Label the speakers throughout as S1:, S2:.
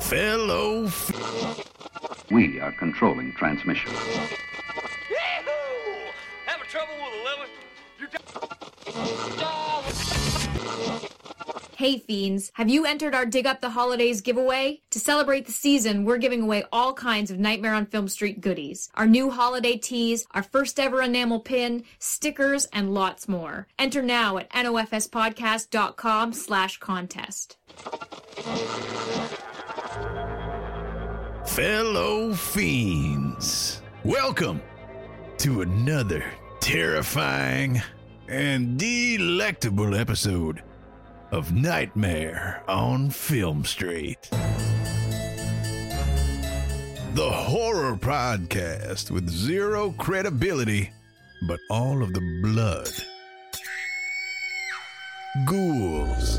S1: fellow. F-
S2: We are controlling transmission.
S3: Having trouble with the lever?
S4: Hey fiends, have you entered our Dig Up the Holidays giveaway? To celebrate the season, we're giving away all kinds of Nightmare on Film Street goodies. Our new holiday tees, our first ever enamel pin, stickers, and lots more. Enter now at nofspodcast.com slash contest.
S1: fellow fiends. Welcome to another terrifying and delectable episode of Nightmare on Film Street. The horror podcast with zero credibility, but all of the blood, ghouls,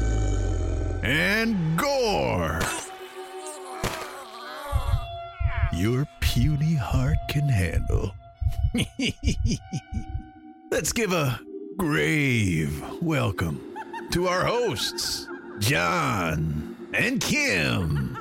S1: and gore your puny heart can handle. Let's give a grave welcome to our hosts, John and Kim.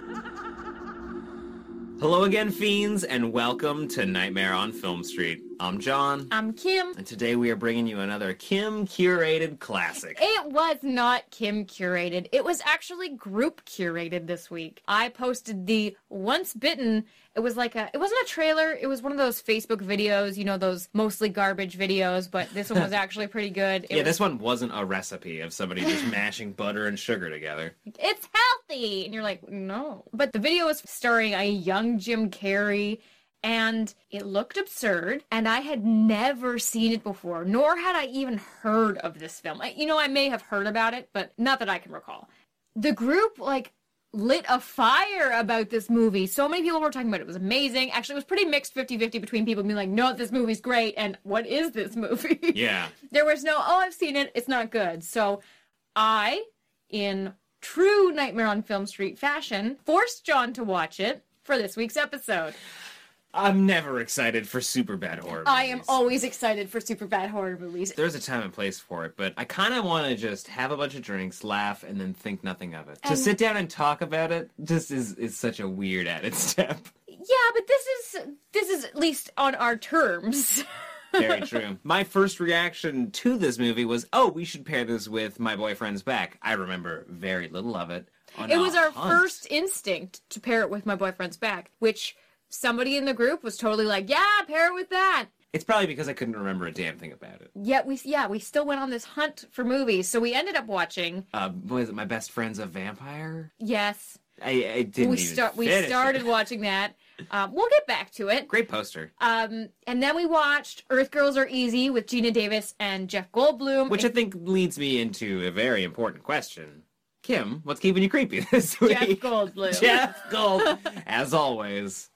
S5: Hello again, fiends, and welcome to Nightmare on Film Street. I'm John,
S4: I'm Kim.
S5: and today we are bringing you another Kim curated classic.
S4: It was not Kim curated. It was actually group curated this week. I posted the Once Bitten. It was like a it wasn't a trailer, it was one of those Facebook videos, you know, those mostly garbage videos, but this one was actually pretty good. It
S5: Yeah,
S4: was,
S5: this one wasn't a recipe of somebody just mashing butter and sugar together.
S4: it's healthy. And you're like, "No." But the video was starring a young Jim Carrey and it looked absurd and I had never seen it before, nor had I even heard of this film. I, you know, I may have heard about it, but not that I can recall. the group like lit a fire about this movie. So many people were talking about it. It was amazing. Actually, it was pretty mixed 50-50 between people being like, "No, this movie's great," and "What is this movie?"
S5: Yeah.
S4: there was no, "Oh, I've seen it. It's not good." So, I in true Nightmare on Film Street fashion, forced John to watch it for this week's episode.
S5: I'm never excited for super bad horror.
S4: I am
S5: movies.
S4: always excited for super bad horror movies.
S5: There's a time and place for it, but I kind of want to just have a bunch of drinks, laugh, and then think nothing of it. to
S4: And-
S5: sit down and talk about it just is, is such a weird added step.
S4: Yeah, but this is this is at least on our terms.
S5: Very true. My first reaction to this movie was, "Oh, we should pair this with My Boyfriend's Back." I remember very little of it. on
S4: It
S5: a
S4: was our
S5: hunt.
S4: first instinct to pair it with my boyfriend's back, which somebody in the group was totally like, "Yeah, pair it with that."
S5: It's probably because I couldn't remember a damn thing about it.
S4: Yet we, yeah, we still went on this hunt for movies, so we ended up watching.
S5: Uh, was it My Best Friend's a Vampire?
S4: Yes,
S5: I, I didn't.
S4: we
S5: even
S4: start, we
S5: finish it.
S4: started watching that. Um, we'll get back to it.
S5: Great poster.
S4: Um, and then we watched Earth Girls Are Easy with Gina Davis and Jeff Goldblum.
S5: Which I think leads me into a very important question. Kim, what's keeping you creepy this week?
S4: Jeff Goldblum.
S5: Jeff Gold, as always,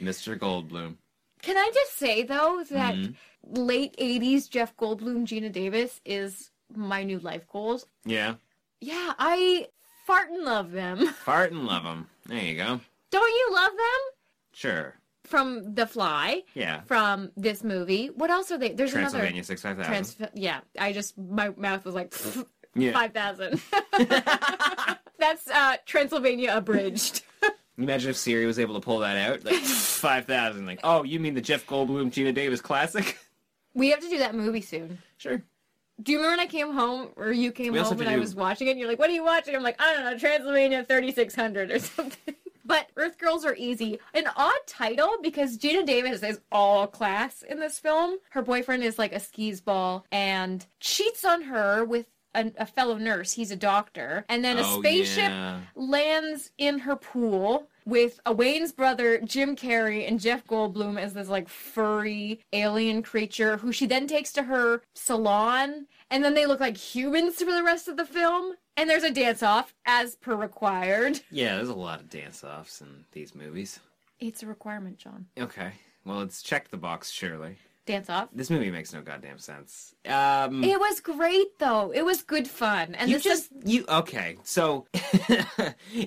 S5: Mr. Goldblum.
S4: Can I just say though that
S5: Mm-hmm.
S4: late '80s Jeff Goldblum, Gina Davis is my new life goals.
S5: Yeah,
S4: Yeah, I fartin' love them.
S5: fart and love him. There you go.
S4: Don't you love them?
S5: Sure.
S4: From The Fly,
S5: Yeah.
S4: from this movie. What else are they? There's another.
S5: Transylvania six five thousand.
S4: Trans- yeah, I just my mouth was like
S5: Yeah.
S4: five thousand. That's uh, Transylvania abridged.
S5: Imagine if Siri was able to pull that out. Like five thousand. Like, oh, you mean the Jeff Goldblum Gina Davis classic?
S4: we have to do that movie soon.
S5: Sure.
S4: Do you remember when I came home or you came
S5: We also
S4: home
S5: have
S4: and
S5: to
S4: I
S5: do-
S4: was watching it? And you're like, "What are you watching?" I'm like, "I don't know, Transylvania 3600 or something." But Earth Girls Are Easy, an odd title because Gina Davis is all class in this film. Her boyfriend is like a skis ball and cheats on her with a, a fellow nurse. He's a doctor, and then a
S5: Oh,
S4: spaceship
S5: yeah.
S4: lands in her pool with a Wayne's brother, Jim Carrey, and Jeff Goldblum as this like furry alien creature who she then takes to her salon. And then they look like humans for the rest of the film. And there's a dance off as per required.
S5: Yeah, there's a lot of dance offs in these movies.
S4: It's a requirement, John.
S5: Okay. Well, it's checked the box, surely.
S4: Dance off.
S5: This movie makes no goddamn sense. Um,
S4: It was great though. It was good fun. And
S5: you
S4: this
S5: just
S4: is
S5: you okay? So,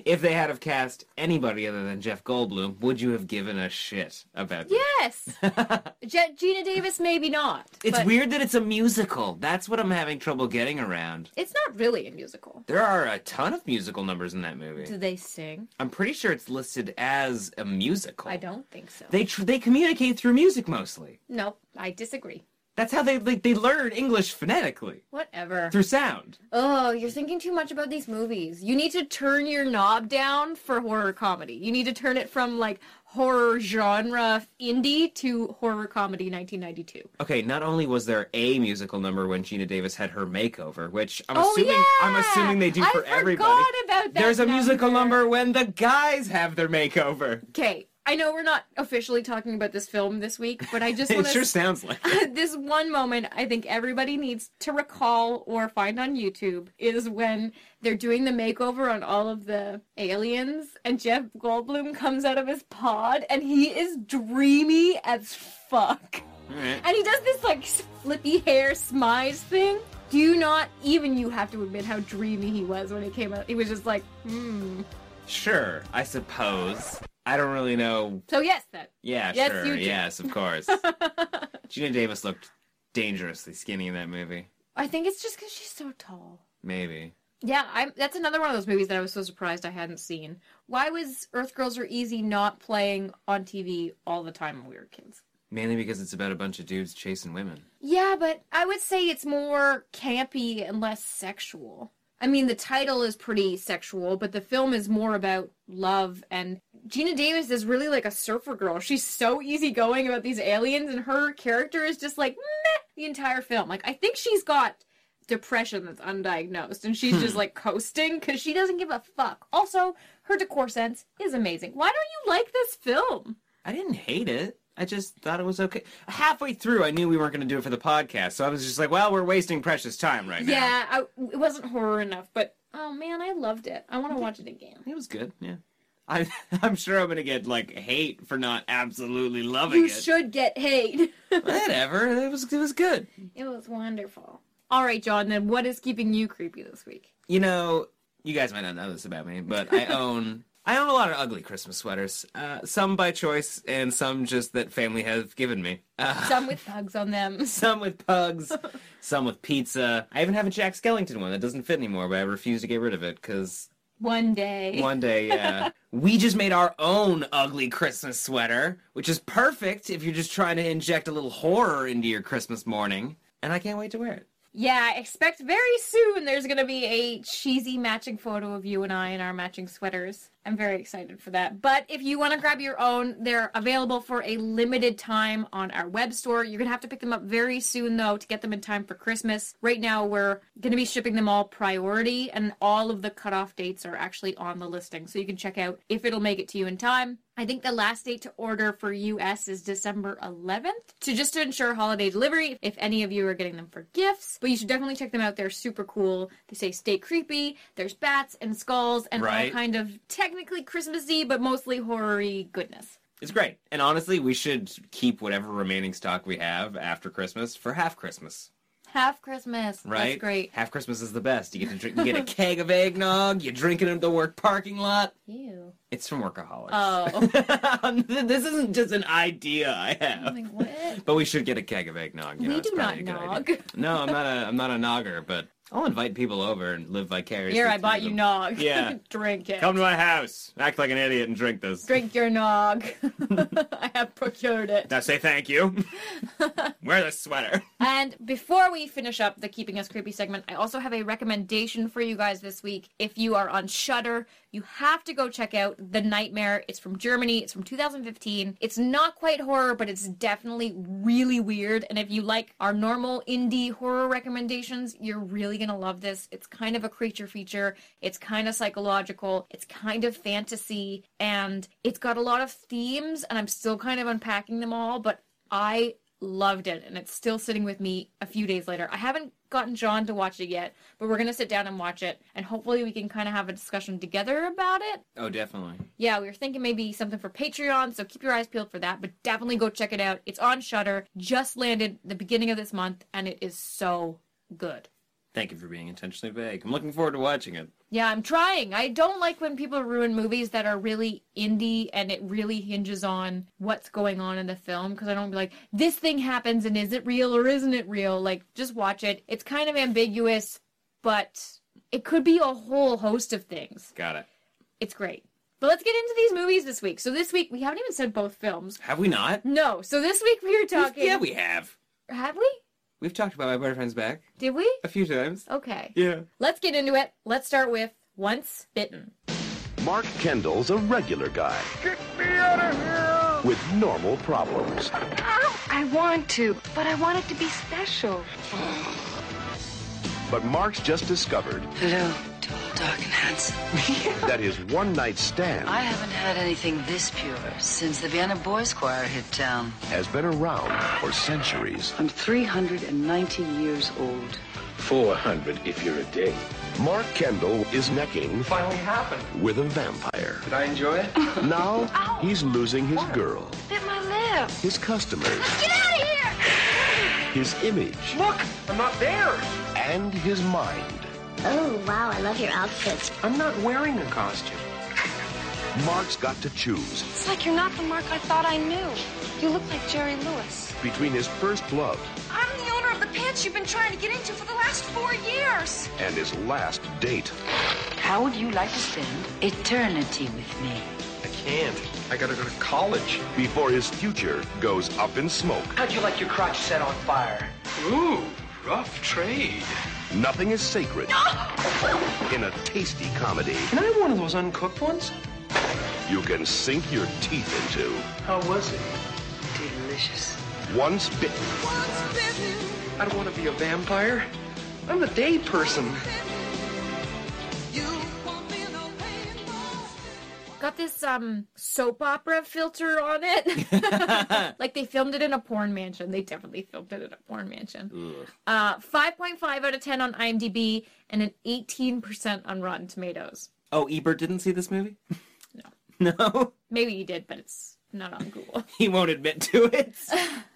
S5: if they had have cast anybody other than Jeff Goldblum, would you have given a shit about? this?
S4: yes. Je- Gina Davis, maybe not.
S5: It's
S4: but
S5: weird that it's a musical. That's what I'm having trouble getting around.
S4: It's not really a musical.
S5: There are a ton of musical numbers in that
S4: Do
S5: movie.
S4: they sing?
S5: I'm pretty sure it's listed as a musical.
S4: I don't think so.
S5: They tr- they communicate through music mostly.
S4: No, I disagree.
S5: That's how they like they learn English phonetically
S4: Whatever.
S5: through sound.
S4: Oh, you're thinking too much about these movies. You need to turn your knob down for horror comedy. You need to turn it from like horror genre indie to horror comedy 1992.
S5: Okay, not only was there a musical number when Gina Davis had her makeover, which I'm
S4: oh
S5: assuming
S4: yeah,
S5: I'm assuming they do
S4: I
S5: for
S4: forgot
S5: everybody.
S4: About that
S5: There's a musical number when the guys have their makeover.
S4: Okay, I know we're not officially talking about this film this week, but I just
S5: It
S4: want
S5: sure
S4: to.
S5: sounds like.
S4: this one moment I think everybody needs to recall or find on YouTube is when they're doing the makeover on all of the aliens, and Jeff Goldblum comes out of his pod and he is dreamy as fuck.
S5: Alright.
S4: And he does this like flippy hair smize thing. Do you not even you have to admit how dreamy he was when he came out? He was just like, hmm.
S5: Sure, I suppose. I don't really know.
S4: So yes, then.
S5: Yeah,
S4: Yes,
S5: sure.
S4: you do.
S5: Yes, of course. Gina Davis looked dangerously skinny in that movie.
S4: I think it's just because she's so tall.
S5: Maybe.
S4: Yeah, I'm, that's another one of those movies that I was so surprised I hadn't seen. Why was Earth Girls Are Easy not playing on TV all the time when we were kids?
S5: Mainly because it's about a bunch of dudes chasing women.
S4: Yeah, but I would say it's more campy and less sexual. I mean, the title is pretty sexual, but the film is more about love. And Gina Davis is really like a surfer girl. She's so easygoing about these aliens, and her character is just like meh the entire film. Like, I think she's got depression that's undiagnosed, and she's just like coasting because she doesn't give a fuck. Also, her decor sense is amazing. Why don't you like this film?
S5: I didn't hate it. I just thought it was okay. Halfway through, I knew we weren't going to do it for the podcast, so I was just like, "Well, we're wasting precious time right now."
S4: Yeah, I, it wasn't horror enough, but oh man, I loved it. I want to watch it again.
S5: it was good. Yeah, I, I'm sure I'm going to get like hate for not absolutely loving
S4: You
S5: it.
S4: should get hate.
S5: Whatever. It was it was good.
S4: it was wonderful. All right, John, then what is keeping you creepy this week?
S5: You know, you guys might not know this about me, but I own I own a lot of ugly Christmas sweaters. Uh, some by choice, and some just that family has given me. Uh,
S4: Some with bugs on them.
S5: some with pugs, some with pizza. I even have a Jack Skellington one that doesn't fit anymore, but I refuse to get rid of it because
S4: One day.
S5: one day, yeah. we just made our own ugly Christmas sweater, which is perfect if you're just trying to inject a little horror into your Christmas morning. And I can't wait to wear it.
S4: Yeah, expect very soon there's going to be a cheesy matching photo of you and I in our matching sweaters. I'm very excited for that. But if you want to grab your own, they're available for a limited time on our web store. You're going to have to pick them up very soon, though, to get them in time for Christmas. Right now, we're going to be shipping them all priority, and all of the cutoff dates are actually on the listing. So you can check out if it'll make it to you in time. I think the last date to order for US is December 11th. So just to ensure holiday delivery, if any of you are getting them for gifts, but you should definitely check them out. They're super cool. They say stay creepy. There's bats and skulls and all
S5: Right.
S4: kind of technically Christmassy but mostly horror-y goodness.
S5: It's great. And honestly, we should keep whatever remaining stock we have after Christmas for half Christmas.
S4: Half Christmas.
S5: Right?
S4: That's great.
S5: Half Christmas is the best. You get to drink, you get a keg of eggnog, you drink it in the work parking lot.
S4: Ew.
S5: It's from workaholics.
S4: Oh.
S5: this isn't just an idea I have.
S4: I'm like, what?
S5: But we should get a keg of eggnog. You know,
S4: Oh We
S5: it's
S4: do not
S5: probably a good idea. No, I'm not a I'm not a nogger, but I'll invite people over and live vicariously.
S4: Here, I
S5: through
S4: bought you
S5: them.
S4: nog.
S5: Yeah.
S4: Drink it.
S5: Come to my house, act like an idiot, and drink this.
S4: Drink your nog. I have procured it.
S5: Now say thank you. Wear this sweater.
S4: And before we finish up the Keeping Us Creepy segment, I also have a recommendation for you guys this week. If you are on Shudder, you have to go check out The Nightmare. It's from Germany, it's from 2015. It's not quite horror, but it's definitely really weird. And if you like our normal indie horror recommendations, you're really gonna love this. It's kind of a creature feature, it's kind of psychological, it's kind of fantasy, and it's got a lot of themes, and I'm still kind of unpacking them all, but I loved it and it's still sitting with me a few days later. I haven't gotten John to watch it yet, but we're gonna sit down and watch it, and hopefully we can kind of have a discussion together about it.
S5: Oh, definitely.
S4: Yeah, we were thinking maybe something for Patreon, so keep your eyes peeled for that, but definitely go check it out. It's on Shutter, just landed the beginning of this month, and it is so good.
S5: Thank you for being intentionally vague. I'm looking forward to watching it.
S4: Yeah, I'm trying. I don't like when people ruin movies that are really indie and it really hinges on what's going on in the film because I don't be like, this thing happens and is it real or isn't it real? Like, just watch it. It's kind of ambiguous, but it could be a whole host of things.
S5: Got it.
S4: It's great. But let's get into these movies this week. So, this week, we haven't even said both films.
S5: Have we not?
S4: No, so this week we are talking.
S5: Yeah, we have.
S4: Have we?
S5: We've talked about my boyfriend's back
S4: Did we?
S5: a few times.
S4: Okay.
S5: Yeah.
S4: Let's get into it. Let's start with Once Bitten.
S6: Mark Kendall's a regular guy. Get me out of here! With normal problems.
S7: I want to, but I want it to be special.
S6: But Mark's just discovered
S8: Hello, tall, dark, and handsome.
S6: that his one night stand
S8: I haven't had anything this pure since the Vienna Boys Choir hit town.
S6: has been around for centuries.
S8: I'm 390 years old.
S9: 400 if you're a day.
S6: Mark Kendall is necking
S9: Finally happened.
S6: with a vampire.
S9: Did I enjoy it?
S6: Now he's losing his girl,
S7: Bit my lip.
S6: his customers,
S7: Get out of here!
S6: his image,
S9: Look, I'm not there.
S6: and his mind.
S10: Oh, wow, I love your outfits.
S9: I'm not wearing a costume.
S6: Mark's got to choose
S7: It's like you're not the Mark I thought I knew. You look like Jerry Lewis.
S6: between his first love
S7: I'm the owner of the pants you've been trying to get into for the last four years.
S6: and his last date.
S8: How would you like to spend eternity with me?
S9: I can't. I gotta go to college.
S6: before his future goes up in smoke.
S9: How'd you like your crotch set on fire? Ooh, rough trade.
S6: Nothing is sacred. In a tasty comedy
S9: Can I have one of those uncooked ones?
S6: you can sink your teeth into.
S9: How was it?
S8: Delicious.
S6: Once bitten,
S9: I don't want to be a vampire. I'm a day person.
S4: Got this um soap opera filter on it. like they filmed it in a porn mansion. They definitely filmed it in a porn mansion. Uh 5.5 out of 10 on IMDb and an 18% on Rotten Tomatoes.
S5: Oh, Ebert didn't see this movie? No. No?
S4: Maybe you did, but it's not on Google.
S5: He won't admit to it.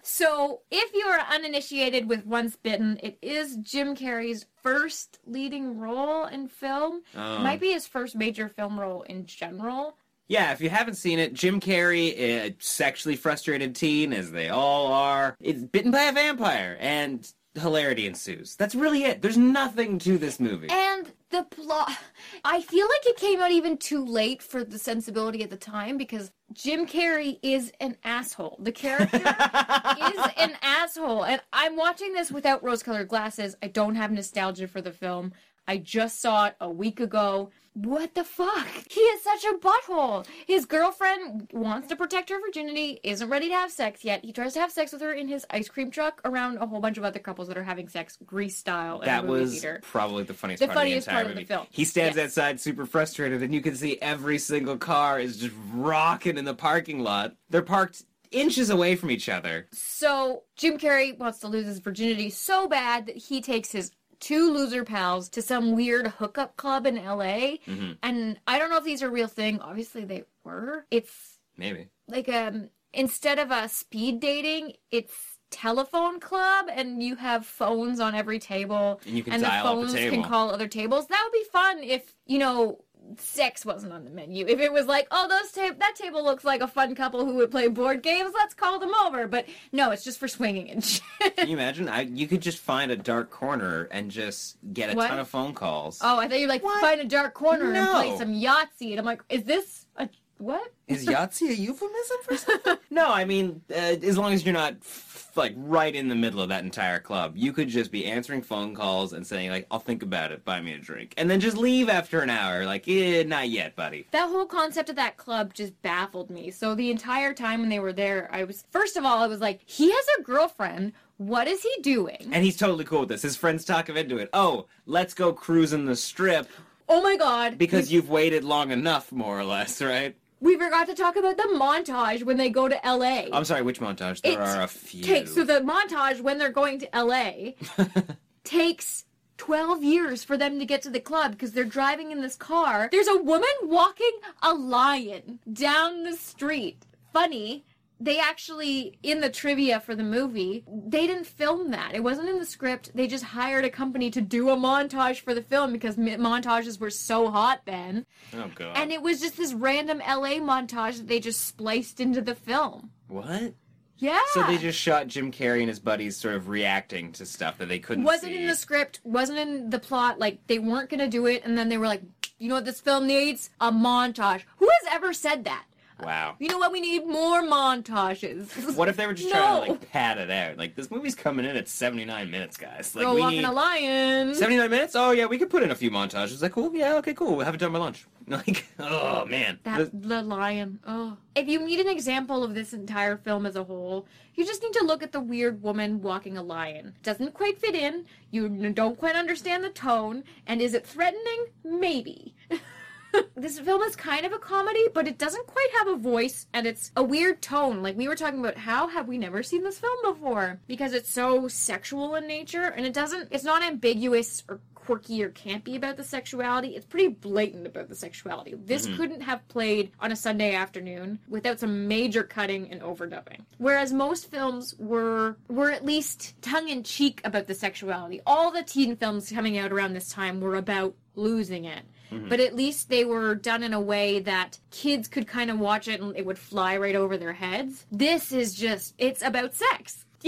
S4: So, if you are uninitiated with Once Bitten, it is Jim Carrey's first leading role in film. It might be his first major film role in general.
S5: Yeah, if you haven't seen it, Jim Carrey, a sexually frustrated teen, as they all are, is bitten by a vampire, and hilarity ensues. That's really it. There's nothing to this movie.
S4: And the plot, I feel like it came out even too late for the sensibility at the time because Jim Carrey is an asshole. The character is an asshole. And I'm watching this without rose colored glasses. I don't have nostalgia for the film. I just saw it a week ago. What the fuck? He is such a butthole. His girlfriend wants to protect her virginity, isn't ready to have sex yet. He tries to have sex with her in his ice cream truck around a whole bunch of other couples that are having sex, Grease style. in a
S5: That
S4: movie
S5: was
S4: theater.
S5: probably the funniest
S4: The
S5: part
S4: funniest
S5: of the entire
S4: part of the
S5: movie.
S4: film.
S5: He stands
S4: Yes.
S5: outside super frustrated, and you can see every single car is just rocking in the parking lot. They're parked inches away from each other.
S4: So Jim Carrey wants to lose his virginity so bad that he takes his two loser pals to some weird hookup club in LA. And I don't know if these are real thing. Obviously they were. It's
S5: Maybe.
S4: like um instead of a speed dating, it's telephone club and you have phones on every table
S5: And you can
S4: and the
S5: dial up a
S4: phones can
S5: table.
S4: call other tables. That would be fun if, you know, sex wasn't on the menu. If it was like, oh, those ta- that table looks like a fun couple who would play board games, let's call them over. But no, it's just for swinging and shit.
S5: Can you imagine? I, you could just find a dark corner and just get a
S4: What?
S5: ton of phone calls.
S4: Oh, I thought you like find a dark corner and play
S5: No.
S4: some Yahtzee. And I'm like, is this a what?
S5: Is Yahtzee a euphemism for something? no, I mean, uh, as long as you're not f- like right in the middle of that entire club, you could just be answering phone calls and saying like, "I'll think about it, buy me a drink," and then just leave after an hour. Like, eh, not yet, buddy.
S4: That whole concept of that club just baffled me. So the entire time when they were there, I was first of all, I was like, he has a girlfriend. What is he doing?
S5: And he's totally cool with this. His friends talk him into it. Oh, let's go cruising the strip
S4: Oh my god.
S5: because you've waited long enough, more or less, right?
S4: we forgot to talk about the montage when they go to LA.
S5: I'm sorry, which montage? There
S4: It
S5: are a few.
S4: Okay, so the montage when they're going to LA takes 12 years for them to get to the club because they're driving in this car. There's a woman walking a lion down the street. Funny. They actually, in the trivia for the movie, they didn't film that. It wasn't in the script. They just hired a company to do a montage for the film because mi- montages were so hot then.
S5: Oh god.
S4: And it was just this random LA montage that they just spliced into the film.
S5: what?
S4: Yeah.
S5: So they just shot Jim Carrey and his buddies sort of reacting to stuff that they couldn't
S4: wasn't
S5: see.
S4: in the script, wasn't in the plot. Like they weren't gonna do it, and then they were like, "You know what this film needs? A montage." Who has ever said that?
S5: Wow.
S4: You know what? We need more montages.
S5: What if they were just trying to
S4: No.
S5: like pad it out? Like this movie's coming in at 79 minutes, guys. Like
S4: Girl
S5: we
S4: walking
S5: need
S4: a lion.
S5: 79 minutes? Oh yeah, we could put in a few montages. Like cool. Yeah, okay, cool. We'll have it done by lunch. Like oh man.
S4: that
S5: The-
S4: the lion. Oh, if you need an example of this entire film as a whole, you just need to look at the weird woman walking a lion. Doesn't quite fit in. You n- don't quite understand the tone. And is it threatening? Maybe. this film is kind of a comedy, but it doesn't quite have a voice and it's a weird tone. Like we were talking about how have we never seen this film before? Because it's so sexual in nature and it doesn't it's not ambiguous or quirky or campy about the sexuality. It's pretty blatant about the sexuality. This couldn't have played on a Sunday afternoon without some major cutting and overdubbing. Whereas most films were were at least tongue in cheek about the sexuality. All the teen films coming out around this time were about losing it. But at least they were done in a way that kids could kind of watch it and it would fly right over their heads. This is just, it's about sex.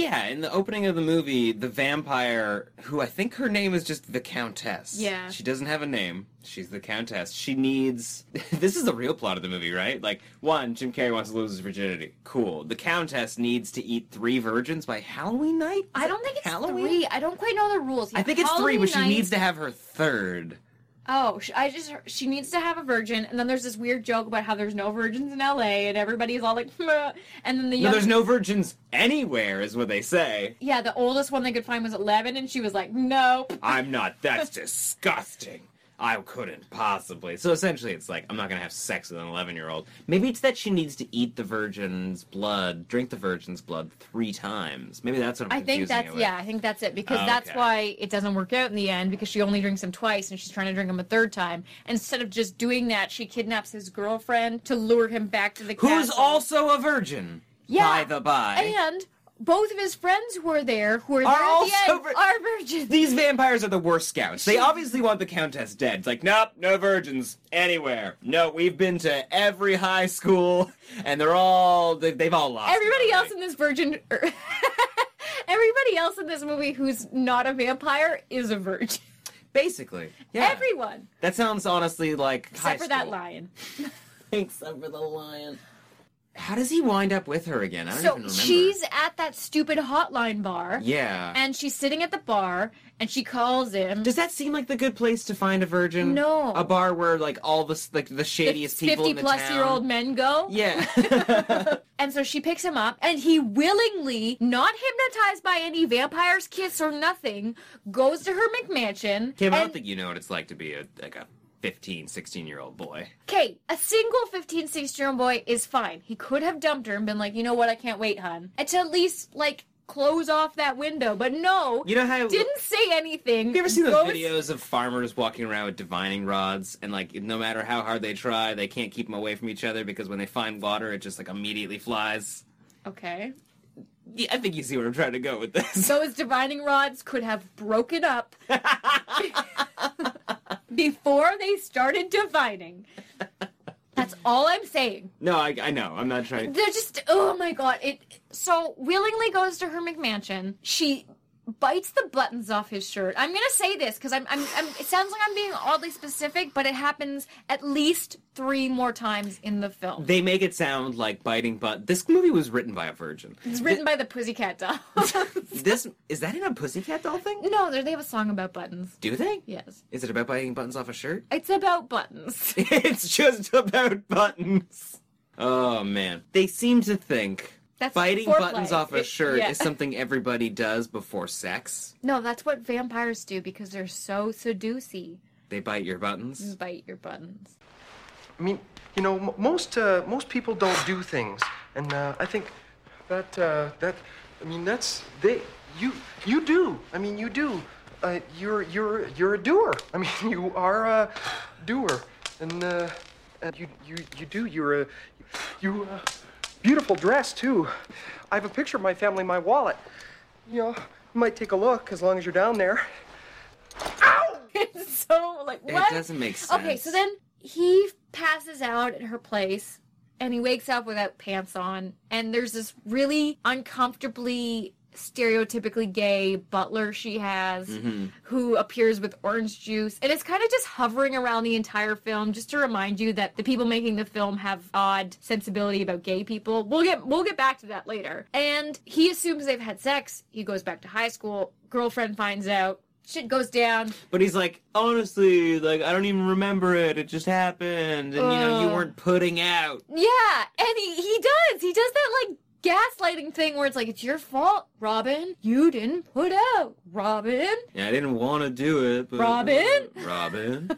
S5: yeah, in the opening of the movie, the vampire, who I think her name is just the Countess.
S4: Yeah.
S5: She doesn't have a name. She's the Countess. She needs. this is the real plot of the movie, right? Like, one, Jim Carrey wants to lose his virginity. Cool. The Countess needs to eat three virgins by Halloween night? Is
S4: I
S5: it
S4: don't think it's
S5: Halloween?
S4: three. I don't quite know the rules.
S5: I think it's three,
S4: Halloween
S5: but she
S4: night-
S5: needs to have her third.
S4: Oh, sh- I just she needs to have a virgin, and then there's this weird joke about how there's no virgins in L.A. and everybody's all like, "Meh," and then the
S5: No,
S4: young,
S5: there's no virgins anywhere, is what they say.
S4: yeah, the oldest one they could find was 11, and she was like, nope.
S5: I'm not. That's disgusting. I couldn't possibly. So essentially, it's like I'm not gonna have sex with an 11 year old. Maybe it's that she needs to eat the virgin's blood, drink the virgin's blood three times. Maybe that's what I'm
S4: I
S5: confusing
S4: think that's
S5: it with.
S4: yeah. I think that's it because
S5: Oh,
S4: that's
S5: okay.
S4: why it doesn't work out in the end because she only drinks him twice and she's trying to drink him a third time. Instead of just doing that, she kidnaps his girlfriend to lure him back to the
S5: Who's
S4: castle.
S5: also a virgin? By the by.
S4: and both of his friends who are there who are,
S5: Are
S4: there at
S5: also
S4: the end
S5: vir-
S4: are virgins.
S5: These vampires are the worst scouts. They obviously want the Countess dead. It's like, nope, no virgins anywhere. No, we've been to every high school, and they're all they've, they've all lost. it
S4: Everybody
S5: already.
S4: else in this virgin. er, Everybody else in this movie who's not a vampire is a virgin.
S5: basically, yeah.
S4: Everyone
S5: That sounds honestly like high
S4: except for that
S5: school.
S4: lion.
S5: Except for the lion. How does he wind up with her again? I don't even
S4: So
S5: remember.
S4: she's at that stupid hotline bar.
S5: yeah.
S4: and she's sitting at the bar and she calls him.
S5: does that seem like the good place to find a virgin?
S4: No.
S5: a bar where like all the s- like the shadiest people in the
S4: plus
S5: town.
S4: year old men go.
S5: Yeah.
S4: And so she picks him up and he willingly, not hypnotized by any vampire's kiss or nothing, goes to her McMansion.
S5: Kim, I don't
S4: and-
S5: think you know what it's like to be a like a 15, 16 year old boy.
S4: Okay, a single 15, 16 year old boy is fine. He could have dumped her and been like, you know what, I can't wait, hun. And to at least, like, close off that window. But no,
S5: You know how
S4: didn't say anything.
S5: Have you ever seen those
S4: goes-
S5: videos of farmers walking around with divining rods and like no matter how hard they try, they can't keep them away from each other because when they find water, it just like immediately flies.
S4: Okay.
S5: Yeah, I think you see where I'm trying to go with this.
S4: Those divining rods could have broken up before they started divining. That's all I'm saying.
S5: no, I, I know. I'm not trying.
S4: They're just oh my god! It so willingly goes to her McMansion. She bites the buttons off his shirt. I'm gonna say this because I'm, I'm, I'm. It sounds like I'm being oddly specific, but it happens at least three more times in the film.
S5: They make it sound like biting butt. This movie was written by a virgin.
S4: It's written by the Pussycat Dolls.
S5: This is that in a pussycat doll thing?
S4: no, they they have a song about buttons.
S5: Do they?
S4: Yes,
S5: Is it about biting buttons off a shirt?
S4: it's about buttons.
S5: it's just about buttons. Oh man, they seem to think
S4: That's
S5: biting
S4: foreplay.
S5: buttons off a
S4: It-
S5: shirt
S4: yeah.
S5: is something everybody does before sex.
S4: No, that's what vampires do because they're so seducy.
S5: They bite your buttons.
S4: Bite your buttons.
S9: I mean, you know, m- most uh, most people don't do things, and uh, I think that uh, that I mean that's they you you do. I mean you do. uh, you're you're you're a doer. I mean, you are a doer, and uh, and you you you do. You're a you uh, beautiful dress too. I have a picture of my family in my wallet. You know, you might take a look as long as you're down there.
S4: It's so like
S5: It
S4: what?
S5: doesn't make
S4: Okay, so
S5: sense.
S4: then he passes out at her place and he wakes up without pants on and there's this really uncomfortably stereotypically gay butler she has
S5: Mm-hmm.
S4: who appears with orange juice and it's kind of just hovering around the entire film just to remind you that the people making the film have odd sensibility about gay people we'll get we'll get back to that later and he assumes they've had sex he goes back to high school girlfriend finds out shit goes down
S5: But he's like, honestly, like I don't even remember it. It just happened, and you know you
S4: Ugh.
S5: weren't putting out.
S4: Yeah, and he, he does. He does that like gaslighting thing where it's like, it's your fault, Robin. You didn't put out, Robin.
S5: Yeah, I didn't want to do it. But,
S4: Robin?
S5: Robin.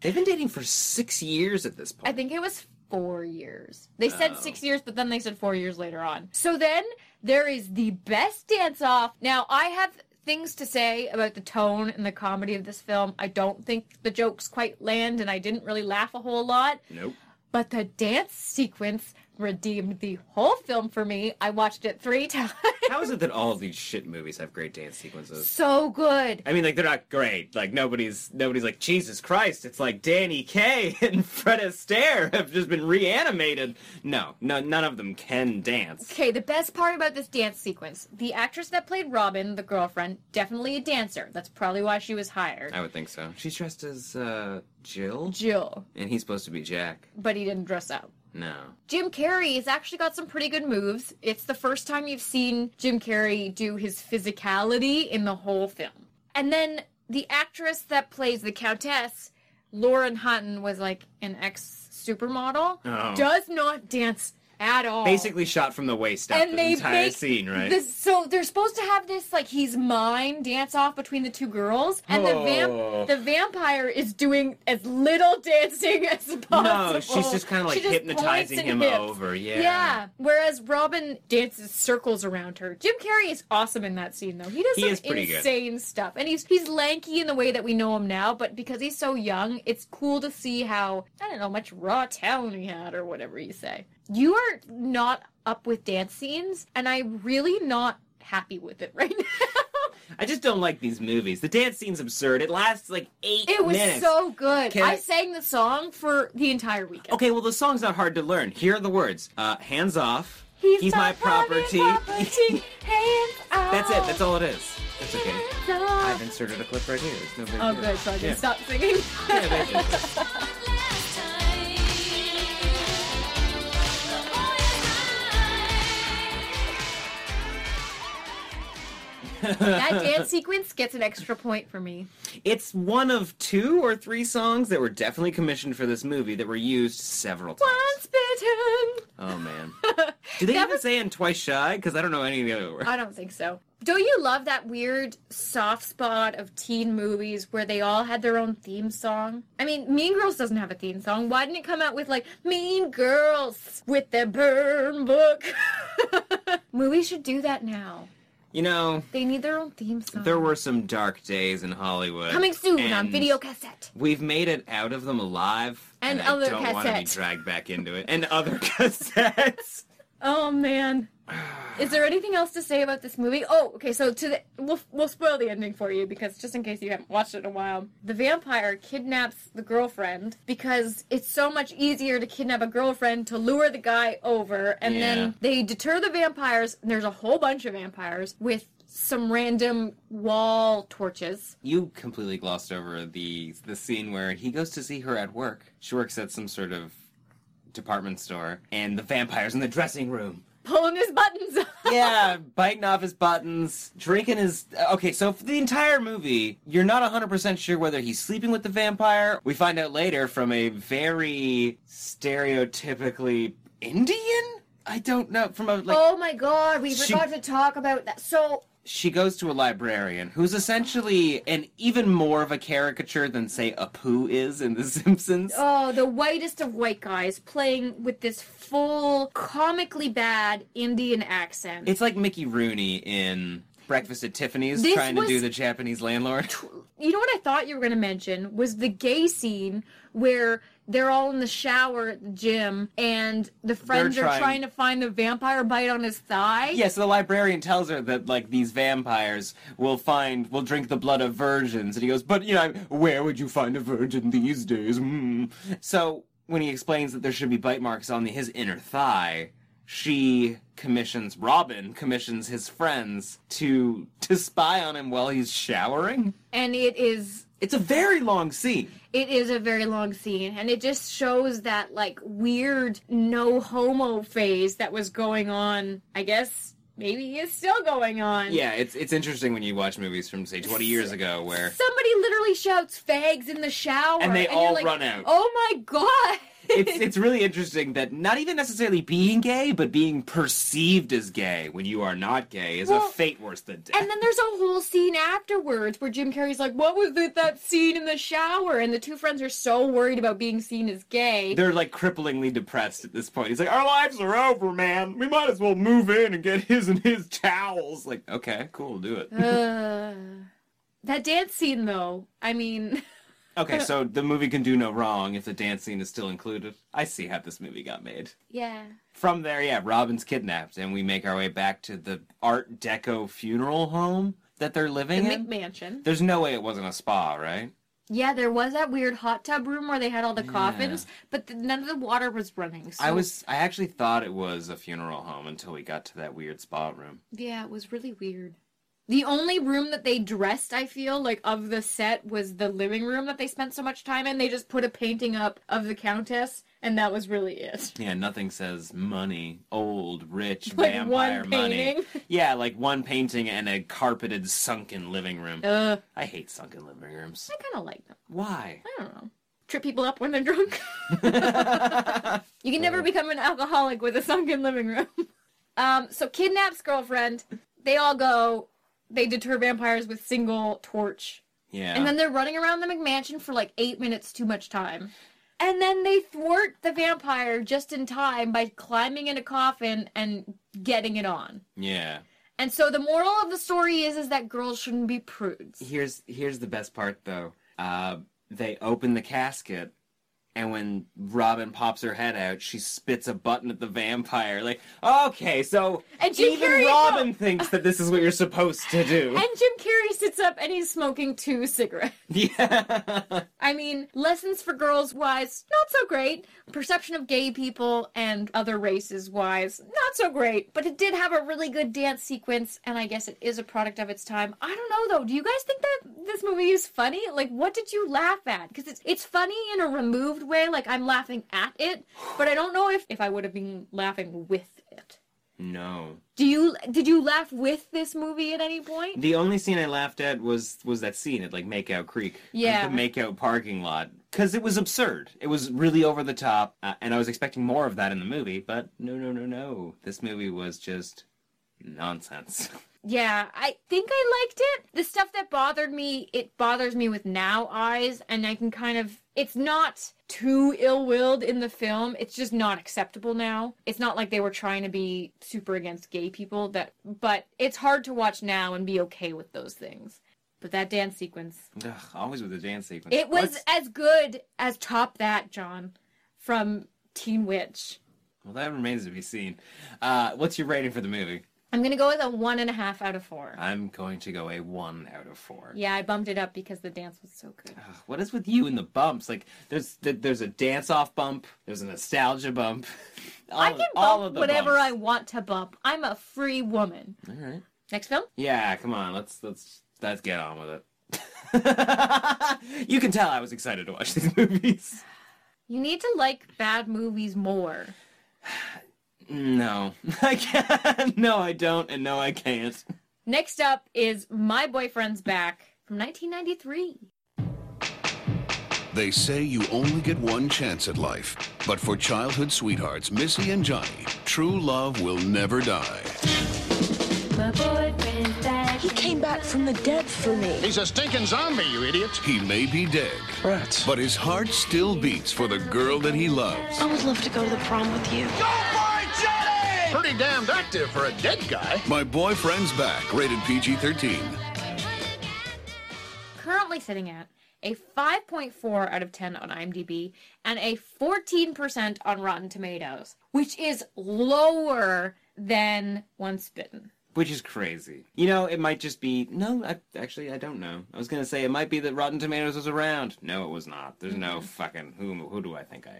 S5: They've been dating for six years at this point.
S4: I think it was four years. They said six years, but then they said four years later on. So then there is the best dance off. Now, I have things to say about the tone and the comedy of this film. I don't think the jokes quite land, and I didn't really laugh a whole lot.
S5: Nope.
S4: But the dance sequence redeemed the whole film for me. I watched it three times.
S5: How is it that all of these shit movies have great dance sequences?
S4: so good.
S5: I mean, like they're not great. Like nobody's nobody's like Jesus Christ. It's like Danny Kaye and Fred Astaire have just been reanimated. No, no, none of them can dance.
S4: Okay, the best part about this dance sequence the actress that played Robin, the girlfriend, definitely a dancer. That's probably why she was hired.
S5: I would think so. She's dressed as uh, Jill,
S4: Jill,
S5: and he's supposed to be Jack.
S4: but he didn't dress up.
S5: No.
S4: Jim Carrey has actually got some pretty good moves. It's the first time you've seen Jim Carrey do his physicality in the whole film. And then the actress that plays the Countess, Lauren Hutton, was like an ex supermodel,
S5: Oh.
S4: does not dance at all.
S5: basically shot from the waist up
S4: and
S5: the
S4: they
S5: entire
S4: make
S5: scene, right?
S4: This, so they're supposed to have this like he's mine dance off between the two girls, and the
S5: Oh.
S4: vamp the vampire is doing as little dancing as possible.
S5: no, she's just kind of like
S4: She just
S5: hypnotizing
S4: points
S5: him
S4: and hips.
S5: over. Yeah.
S4: Yeah. Whereas Robin dances circles around her. Jim Carrey is awesome in that scene, though. He does
S5: He
S4: some
S5: is pretty good.
S4: insane stuff, and he's he's lanky in the way that we know him now. But because he's so young, it's cool to see how I don't know much raw talent he had, or whatever you say. You are not up with dance scenes, and I'm really not happy with it right now.
S5: I just don't like these movies. The dance scene's absurd. It lasts like eight
S4: it was
S5: minutes.
S4: so good.
S5: Can
S4: I
S5: I-
S4: sang the song for the entire weekend.
S5: Okay, well, the song's not hard to learn. Here are the words uh, hands off.
S4: He's,
S5: my
S4: not private
S5: property.
S4: property. Hands
S5: That's it.
S4: off.
S5: That's all it is. That's okay.
S4: Hands off.
S5: I've inserted a clip right here. It's no big
S4: Oh,
S5: deal.
S4: good. So I can
S5: Yeah.
S4: stop singing.
S5: Yeah, basically.
S4: that dance sequence gets an extra point for me.
S5: It's one of two or three songs that were definitely commissioned for this movie that were used several times.
S4: Once bitten.
S5: Oh man. Do they
S4: That
S5: even
S4: was-
S5: say in twice shy? Because I don't know any of the other words.
S4: I don't think so. Don't you love that weird soft spot of teen movies where they all had their own theme song? I mean, Mean Girls doesn't have a theme song. Why didn't it come out with like Mean Girls with the burn book? movies should do that now.
S5: You know,
S4: They need their own theme song.
S5: there were some dark days in Hollywood.
S4: coming soon on
S5: and
S4: video cassette.
S5: We've made it out of them alive,
S4: And
S5: I
S4: other
S5: don't want to be
S4: cassettes.
S5: dragged back into it. And other cassettes.
S4: Oh man. Is there anything else to say about this movie? Oh, okay. So to the we'll we'll spoil the ending for you because just in case you haven't watched it in a while, the vampire kidnaps the girlfriend because it's so much easier to kidnap a girlfriend to lure the guy over, and
S5: Yeah.
S4: then they deter the vampires. And there's a whole bunch of vampires with some random wall torches.
S5: You completely glossed over the the scene where he goes to see her at work. She works at some sort of department store, and the vampire's in the dressing room.
S4: Pulling his buttons.
S5: yeah, biting off his buttons, drinking his. Okay, so for the entire movie, you're not 100% sure whether he's sleeping with the vampire. We find out later from a very stereotypically Indian? I don't know. From a, like,
S4: oh my god, we
S5: She-
S4: forgot to talk about that. So
S5: she goes to a librarian who's essentially an even more of a caricature than, say, Apu is in The Simpsons.
S4: Oh, the whitest of white guys playing with this full, comically bad Indian accent.
S5: It's like Mickey Rooney in Breakfast at Tiffany's
S4: This
S5: trying to do
S4: was-
S5: the Japanese landlord.
S4: You know what I thought you were going to mention was the gay scene where they're all in the shower at the gym and the friends are
S5: trying-
S4: trying to find the vampire bite on his thigh.
S5: Yeah, so the librarian tells her that like these vampires will find will drink the blood of virgins, and he goes, "But you know, where would you find a virgin these days?" Mm. So when he explains that there should be bite marks on his inner thigh, she commissions Robin commissions his friends to to spy on him while he's showering.
S4: And it is
S5: It's a very long scene.
S4: it is a very long scene and it just shows that like weird no homo phase that was going on i guess maybe is still going on
S5: Yeah, it's it's interesting when you watch movies from say 20 years ago where
S4: somebody literally shouts fags in the shower
S5: And they
S4: you're
S5: all
S4: like,
S5: run out.
S4: oh my god
S5: it's it's really interesting that not even necessarily being gay, but being perceived as gay when you are not gay is
S4: Well,
S5: a fate worse than death.
S4: and then there's a whole scene afterwards where jim carrey's like what was it that scene in the shower and the two friends are so worried about being seen as gay
S5: they're like cripplingly depressed at this point. He's like, "Our lives are over, man. We might as well move in and get his and his towels." Like, okay, cool, do it.
S4: uh, that dance scene though i mean
S5: okay,
S4: uh,
S5: so the movie can do no wrong if the dance scene is still included. I see how this movie got made.
S4: yeah
S5: From there, yeah, Robin's kidnapped, and we make our way back to the Art Deco funeral home that they're
S4: the
S5: living in.
S4: mcmansion
S5: There's no way it wasn't a spa, right?
S4: Yeah, there was that weird hot tub room where they had all the coffins, but th none of the water was running. So,
S5: I was I actually thought it was a funeral home until we got to that weird spa room.
S4: Yeah, it was really weird. The only room that they dressed, I feel like, of the set was the living room that they spent so much time in. They just put a painting up of the Countess, and that was really it.
S5: Yeah, nothing says money, old, rich,
S4: Like
S5: vampire
S4: one
S5: money.
S4: painting?
S5: Yeah, like one painting and a carpeted sunken living room.
S4: Uh,
S5: I hate sunken living rooms.
S4: I kind of like them.
S5: Why?
S4: I don't know. Trip people up when they're drunk. you can never become an alcoholic with a sunken living room. Um, so kidnaps girlfriend. They all go. They deter vampires with single torch.
S5: Yeah.
S4: And then they're running around the McMansion for like eight minutes too much time. And then they thwart the vampire just in time by climbing in a coffin and getting it on.
S5: yeah.
S4: And so the moral of the story is is that girls shouldn't be prudes.
S5: Here's here's the best part though. Uh, they open the casket, and when Robin pops her head out, she spits a button at the vampire. Like, okay, so
S4: And Jim
S5: even
S4: Carrey-
S5: Robin thinks that this is what you're supposed to do.
S4: And Jim Carrey sits up and he's smoking two cigarettes.
S5: yeah.
S4: I mean, lessons for girls wise, not so great. Perception of gay people and other races wise, not so great. But it did have a really good dance sequence, and I guess it is a product of its time. I don't know though. Do you guys think that this movie is funny? Like, what did you laugh at? Because it's it's funny in a removed way. Like I'm laughing at it, but I don't know if if I would have been laughing with it.
S5: No.
S4: Do you did you laugh with this movie at any point?
S5: The only scene I laughed at was was that scene at like Makeout Creek, like,
S4: Yeah.
S5: the Makeout parking lot, because it was absurd. It was really over the top, uh, and I was expecting more of that in the movie, but no, no, no, no. This movie was just nonsense.
S4: Yeah, I think I liked it. The stuff that bothered me, it bothers me with now eyes, and I can kind of. It's not too ill willed in the film. It's just not acceptable now. It's not like they were trying to be super against gay people, that, but it's hard to watch now and be okay with those things. But that dance sequence,
S5: Ugh, always with the dance sequence.
S4: it was
S5: What's-
S4: as good as Top That, John, from Teen Witch.
S5: well, that remains to be seen. Uh, what's your rating for the movie?
S4: I'm gonna go with a one and a half out of four.
S5: I'm going to go a one out of four.
S4: Yeah, I bumped it up because the dance was so good.
S5: Ugh, What is with you and the bumps? Like, there's th- there's a dance off bump, there's a nostalgia bump. All
S4: I
S5: of-
S4: can bump
S5: all of the
S4: whatever
S5: bumps.
S4: I want to bump. I'm a free woman.
S5: All right.
S4: Next film?
S5: Yeah, come on. Let's let's let's get on with it. you can tell I was excited to watch these movies.
S4: You need to like bad movies more.
S5: No, I can't. No, I don't, and no, I can't.
S4: Next up is My Boyfriend's Back from 1993.
S6: They say you only get one chance at life, but for childhood sweethearts Missy and Johnny, true love will never die.
S10: My boyfriend's back. He came back from the dead for me.
S6: He's a stinking zombie, you idiot. He may be dead,
S9: Rats.
S6: but his heart
S11: Oh.
S6: still beats for the girl that he loves.
S10: I would love to go to the prom with you.
S6: Johnny!
S12: Pretty damned active for a dead guy.
S6: My Boyfriend's Back, rated PG 13.
S4: currently sitting at a 5.4 out of 10 on IMDb and a 14% on Rotten Tomatoes, which is lower than Once Bitten.
S5: Which is crazy. You know, it might just be. No, I, actually, I don't know. I was gonna say it might be that Rotten Tomatoes was around. No, it was not. There's no fucking who. Who do I think I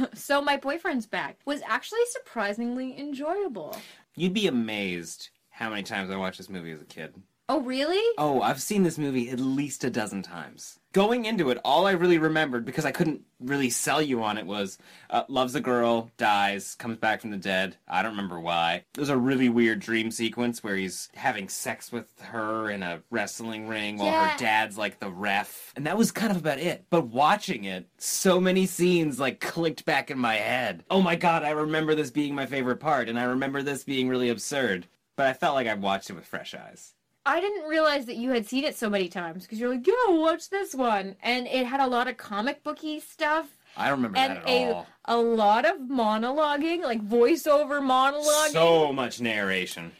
S5: am?
S4: So My Boyfriend's Back was actually surprisingly enjoyable.
S5: You'd be amazed how many times I watched this movie as a kid.
S4: Oh, really?
S5: Oh, I've seen this movie at least a dozen times. Going into it, all I really remembered, because I couldn't really sell you on it, was uh, loves a girl, dies, comes back from the dead. I don't remember why. There's a really weird dream sequence where he's having sex with her in a wrestling ring while
S13: Yeah.
S5: her dad's like the ref. And that was kind of about it. But watching it, so many scenes like clicked back in my head. Oh my god, I remember this being my favorite part, and I remember this being really absurd. But I felt like I watched it with fresh eyes.
S4: I didn't realize that you had seen it so many times because you're like, yo, watch this one. And it had a lot of comic booky stuff
S5: I don't remember
S4: and
S5: that at
S4: a,
S5: all.
S4: a lot of monologuing, like voiceover monologuing.
S5: So much narration.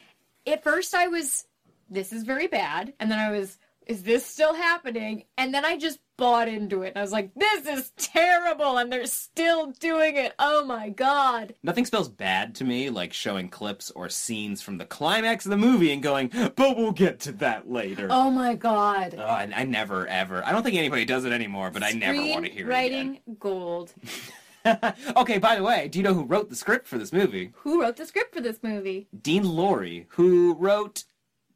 S4: at first I was, this is very bad. And then I was, is this still happening? And then I just bought into it. And I was like, this is terrible. And they're still doing it. Oh my God.
S5: Nothing spells bad to me like showing clips or scenes from the climax of the movie and going, but we'll get to that later.
S4: Oh my God.
S5: Oh, I, I never, ever. I don't think anybody does it anymore, but I never want to hear
S4: Writing gold.
S5: it. Okay, by the way, do you know who wrote the script for this movie?
S4: Who wrote the script for this movie?
S5: Dean Laurie, who wrote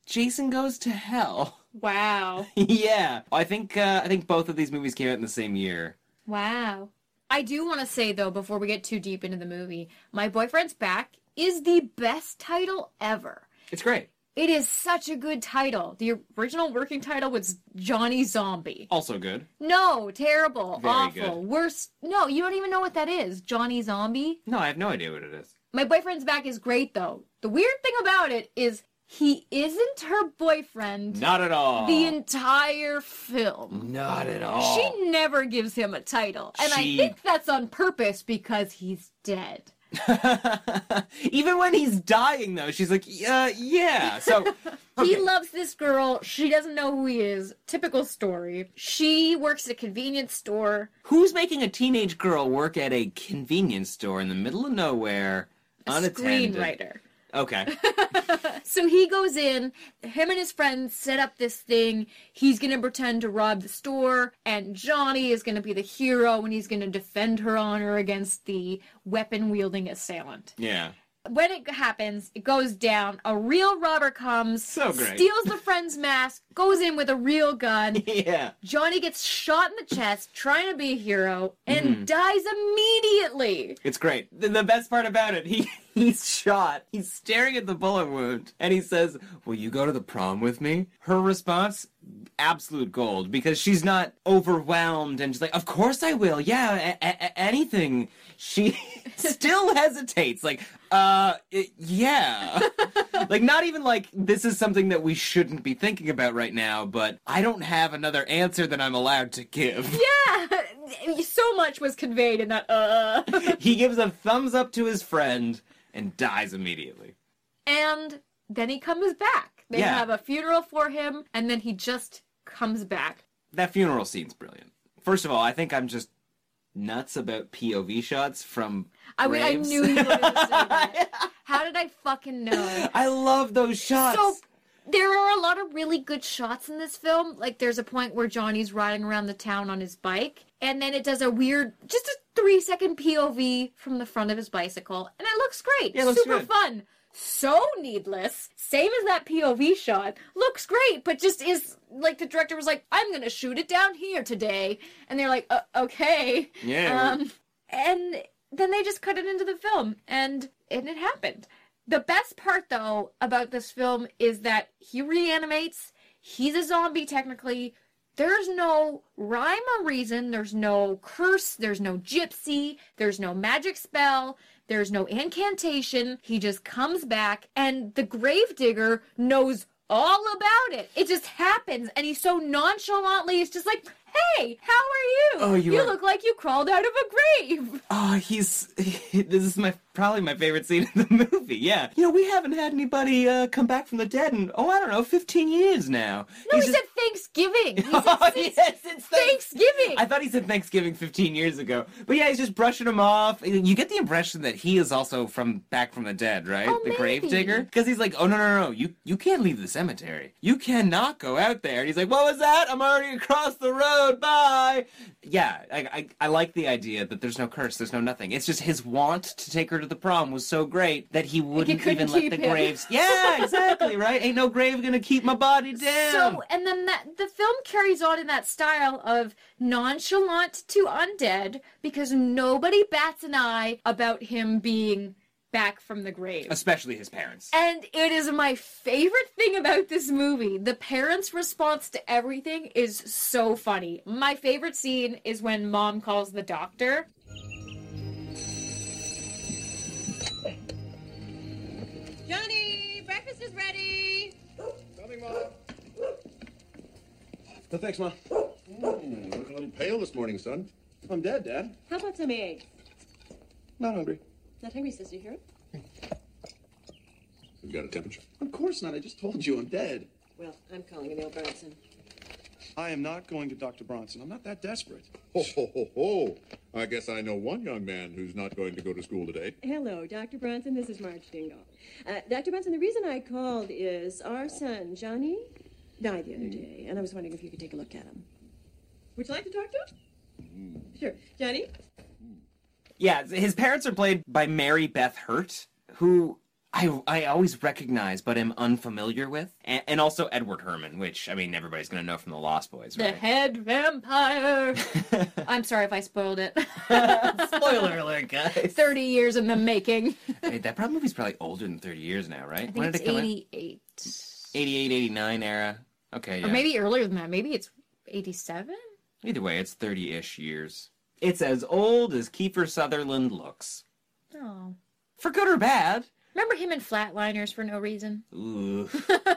S5: Jason Goes to Hell.
S4: Wow.
S5: yeah, I think uh, I think both of these movies came out in the same year.
S4: Wow. I do want to say, though, before we get too deep into the movie, My Boyfriend's Back is the best title ever.
S5: It's great.
S4: It is such a good title. The original working title was Johnny Zombie.
S5: Also good.
S4: No, terrible,
S5: Very
S4: awful,
S5: good.
S4: worst. No, you don't even know what that is. Johnny Zombie.
S5: No, I have no idea what it is.
S4: My boyfriend's back is great though. The weird thing about it is he isn't her boyfriend
S5: Not at all.
S4: the entire film.
S5: Not at all.
S4: She never gives him a title, and
S5: Oh. She-
S4: I think that's on purpose because he's dead.
S5: Even when he's dying, though, she's like, uh, yeah. So,
S4: He loves this girl. She doesn't know who he is. Typical story. She works at a convenience store.
S5: who's making a teenage girl work at a convenience store in the middle of nowhere,
S4: A
S5: unattended?
S4: screenwriter.
S5: Okay.
S4: So he goes in, him and his friends set up this thing. He's going to pretend to rob the store, and Johnny is going to be the hero and he's going to defend her honor against the weapon wielding assailant.
S5: Yeah.
S4: When it happens, it goes down. A real robber comes,
S5: So great.
S4: steals the friend's mask, goes in with a real gun.
S5: Yeah.
S4: Johnny gets shot in the chest, trying to be a hero, and
S5: Mhm.
S4: dies immediately.
S5: It's great. The, the best part about it, he he's shot. He's staring at the bullet wound, and he says, "Will you go to the prom with me?" Her response, absolute gold, because she's not overwhelmed and she's like, "Of course I will. Yeah, a- a- a- anything." She still hesitates, like, "Uh, i- yeah." like not even like this is something that we shouldn't be thinking about right now, but I don't have another answer that I'm allowed to give.
S4: Yeah, so much was conveyed in that. Uh.
S5: he gives a thumbs up to his friend and dies immediately.
S4: and then he comes back. They
S5: Yeah.
S4: have a funeral for him, and then he just comes back.
S5: That funeral scene's brilliant. First of all, I think I'm just nuts about POV shots from
S4: I mean, I
S5: graves.
S4: knew you were going to say that. How did I fucking know?
S5: I love those shots.
S4: So there are a lot of really good shots in this film. Like there's a point where Johnny's riding around the town on his bike, and then it does a weird, just a three second POV from the front of his bicycle, and it looks great.
S10: Yeah, it looks
S4: Super
S10: good.
S4: fun. So needless. Same as that POV shot. Looks great, but just is like the director was like, I'm gonna shoot it down here today, and they're like, uh, okay.
S10: Yeah.
S4: Um, and then they just cut it into the film and and it happened the best part though about this film is that he reanimates he's a zombie technically there's no rhyme or reason there's no curse there's no gypsy there's no magic spell there's no incantation he just comes back and the gravedigger knows all about it it just happens and he so nonchalantly is just like Hey, how are you?
S5: Oh, you are-
S4: look like you crawled out of a grave.
S5: Oh, he's. This is my probably my favorite scene in the movie. Yeah, you know we haven't had anybody uh, come back from the dead in oh I don't know fifteen years now.
S4: No,
S5: He's
S4: he
S5: just-
S4: said Thanksgiving. He said
S5: Oh,
S4: since
S5: yes, it's
S4: Thanksgiving.
S5: I thought he said Thanksgiving 15 years ago, but yeah, he's just brushing him off. You get the impression that he is also from back from the dead, right?
S4: Oh,
S5: the grave
S4: maybe.
S5: digger, because he's like, oh no no no, you you can't leave the cemetery. You cannot go out there. And he's like, what was that? I'm already across the road. Bye. Yeah, I, I I like the idea that there's no curse, there's no nothing. It's just his want to take her to the prom was so great that he wouldn't
S4: couldn't
S5: even let
S4: keep
S5: the
S4: him.
S5: graves. Yeah, exactly right. Ain't no grave gonna keep my body down.
S4: So, and then that the film carries on in that style of nonchalant to undead because nobody bats an eye about him being back from the grave.
S5: especially his parents.
S4: And it is my favorite thing about this movie. The parents' response to everything is so funny. My favorite scene is when mom calls the doctor.
S7: Johnny, breakfast is ready.
S12: Coming, Mom. No, thanks, Mom. Mm, look a little pale this morning, son. I'm dead, Dad.
S7: How about some eggs?
S12: Not hungry.
S7: Not hungry, sister. You hear it?
S12: You've got a temperature? Of course not. I just told you I'm dead.
S7: Well, I'm calling Emil Bronson.
S12: I am not going to Dr. Bronson. I'm not that desperate. Ho, ho, ho, ho. I guess I know one young man who's not going to go to school today.
S7: Hello, Dr. Bronson. This is Marge Dingle. Uh, Dr. Bronson, the reason I called is our son, Johnny, died the
S5: Hmm.
S7: other day, and I was wondering if you could take a look at him. Would you like to talk to him?
S5: Hmm.
S7: Sure. Johnny?
S5: Yeah, his parents are played by Mary Beth Hurt, who I, I always recognize but am unfamiliar with, and, and also Edward Herman, which I mean everybody's gonna know from the Lost Boys,
S4: The
S5: right?
S4: head vampire. I'm sorry if I spoiled it.
S5: Spoiler alert, guys.
S4: 30 years in the making.
S5: Hey, that probably movie's probably older than thirty years now, right?
S4: I
S5: When
S4: think it's
S5: did it come out?
S4: 88.
S5: 88, 89 era. Okay, yeah.
S4: Or maybe earlier than that. Maybe it's 87?
S5: Either way, it's thirty-ish years. It's as old as Kiefer Sutherland looks,
S4: Oh.
S5: for good or bad.
S4: Remember him in Flatliners for no reason?
S5: Ooh.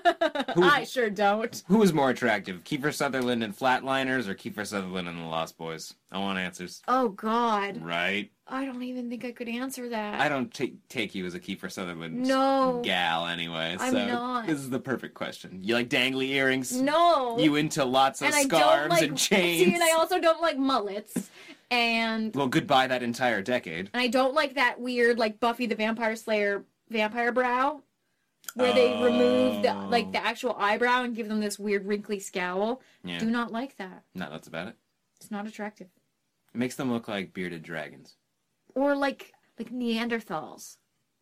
S4: I sure don't.
S5: Who is more attractive, Kiefer Sutherland in Flatliners or Kiefer Sutherland in The Lost Boys? I want answers.
S4: Oh, God.
S5: Right?
S4: I don't even think I could answer that.
S5: I don't ta- take you as a Kiefer Sutherland
S4: No.
S5: gal anyway, so
S4: I'm not.
S5: this is the perfect question. You like dangly earrings?
S4: No.
S5: You into lots of
S4: and I don't
S5: scarves
S4: like
S5: and chains?
S4: See, and I also don't like mullets. and
S5: Well, goodbye that entire decade.
S4: and I don't like that weird like Buffy the Vampire Slayer vampire brow where they remove the like the actual eyebrow and give them this weird wrinkly scowl.
S5: Oh. Yeah.
S4: Do not like that.
S5: Not that's about it.
S4: It's not attractive.
S5: It makes them look like bearded dragons.
S4: Or like like Neanderthals.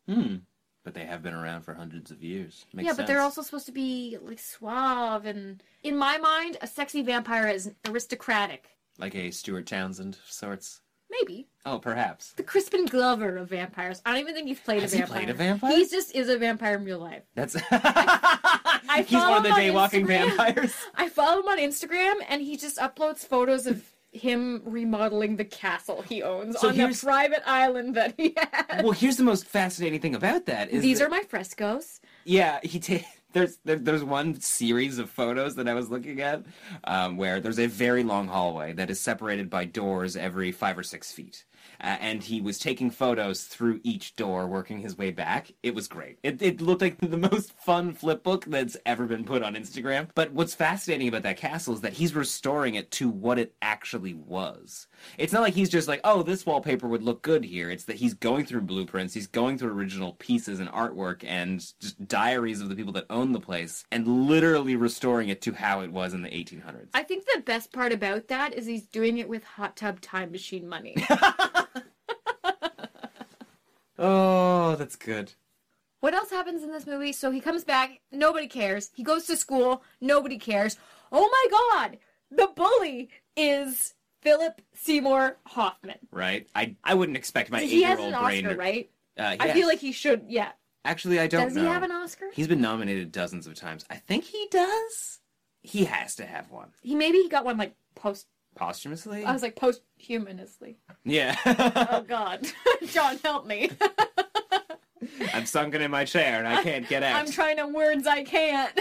S5: Hmm. But they have been around for hundreds of years. Makes
S4: yeah, but they're
S5: sense.
S4: also supposed to be like suave and in my mind a sexy vampire is aristocratic.
S5: like a Stuart Townsend of sorts.
S4: Maybe.
S5: Oh, perhaps.
S4: The Crispin Glover of vampires. I don't even think he's played
S5: Has
S4: a
S5: he
S4: vampire.
S5: played a vampire?
S4: He just is a vampire in real life.
S5: That's
S4: I
S5: he's one
S4: follow
S5: of the
S4: him on
S5: daywalking
S4: Instagram.
S5: vampires.
S4: I follow him on Instagram, and he just uploads photos of him remodeling the castle he owns
S5: So
S4: on the
S5: here's-
S4: private island that he has.
S5: Well, here's the most fascinating thing about that is
S4: These
S5: that-
S4: are my frescoes.
S5: yeah. He ta- there's there, there's one series of photos that I was looking at um, where there's a very long hallway that is separated by doors every five or six feet. Uh, and he was taking photos through each door, working his way back. It was great. It, it looked like the most fun flip book that's ever been put on Instagram. But what's fascinating about that castle is that he's restoring it to what it actually was. It's not like he's just like, oh, this wallpaper would look good here. It's that he's going through blueprints, he's going through original pieces and artwork and just diaries of the people that own the place and literally restoring it to how it was in the 1800s.
S4: I think the best part about that is he's doing it with hot tub time machine money.
S5: Oh, that's good.
S4: what else happens in this movie? So he comes back, nobody cares. He goes to school, nobody cares. Oh my god, the bully is Philip Seymour Hoffman.
S5: Right? I, I wouldn't expect my eight
S4: He
S5: year
S4: has an
S5: old
S4: Oscar,
S5: brain to.
S4: right?
S5: Uh,
S4: I
S5: yes.
S4: feel like he should. Yeah.
S5: Actually, I don't
S4: Does
S5: know.
S4: he have an Oscar?
S5: He's been nominated dozens of times. I think he does. He has to have one.
S4: He maybe he got one like post.
S5: Posthumously?
S4: I was like posthumously.
S5: yeah.
S4: Oh God, John, help me!
S5: I'm sunken in my chair and I can't get out.
S4: I'm trying to words I can't.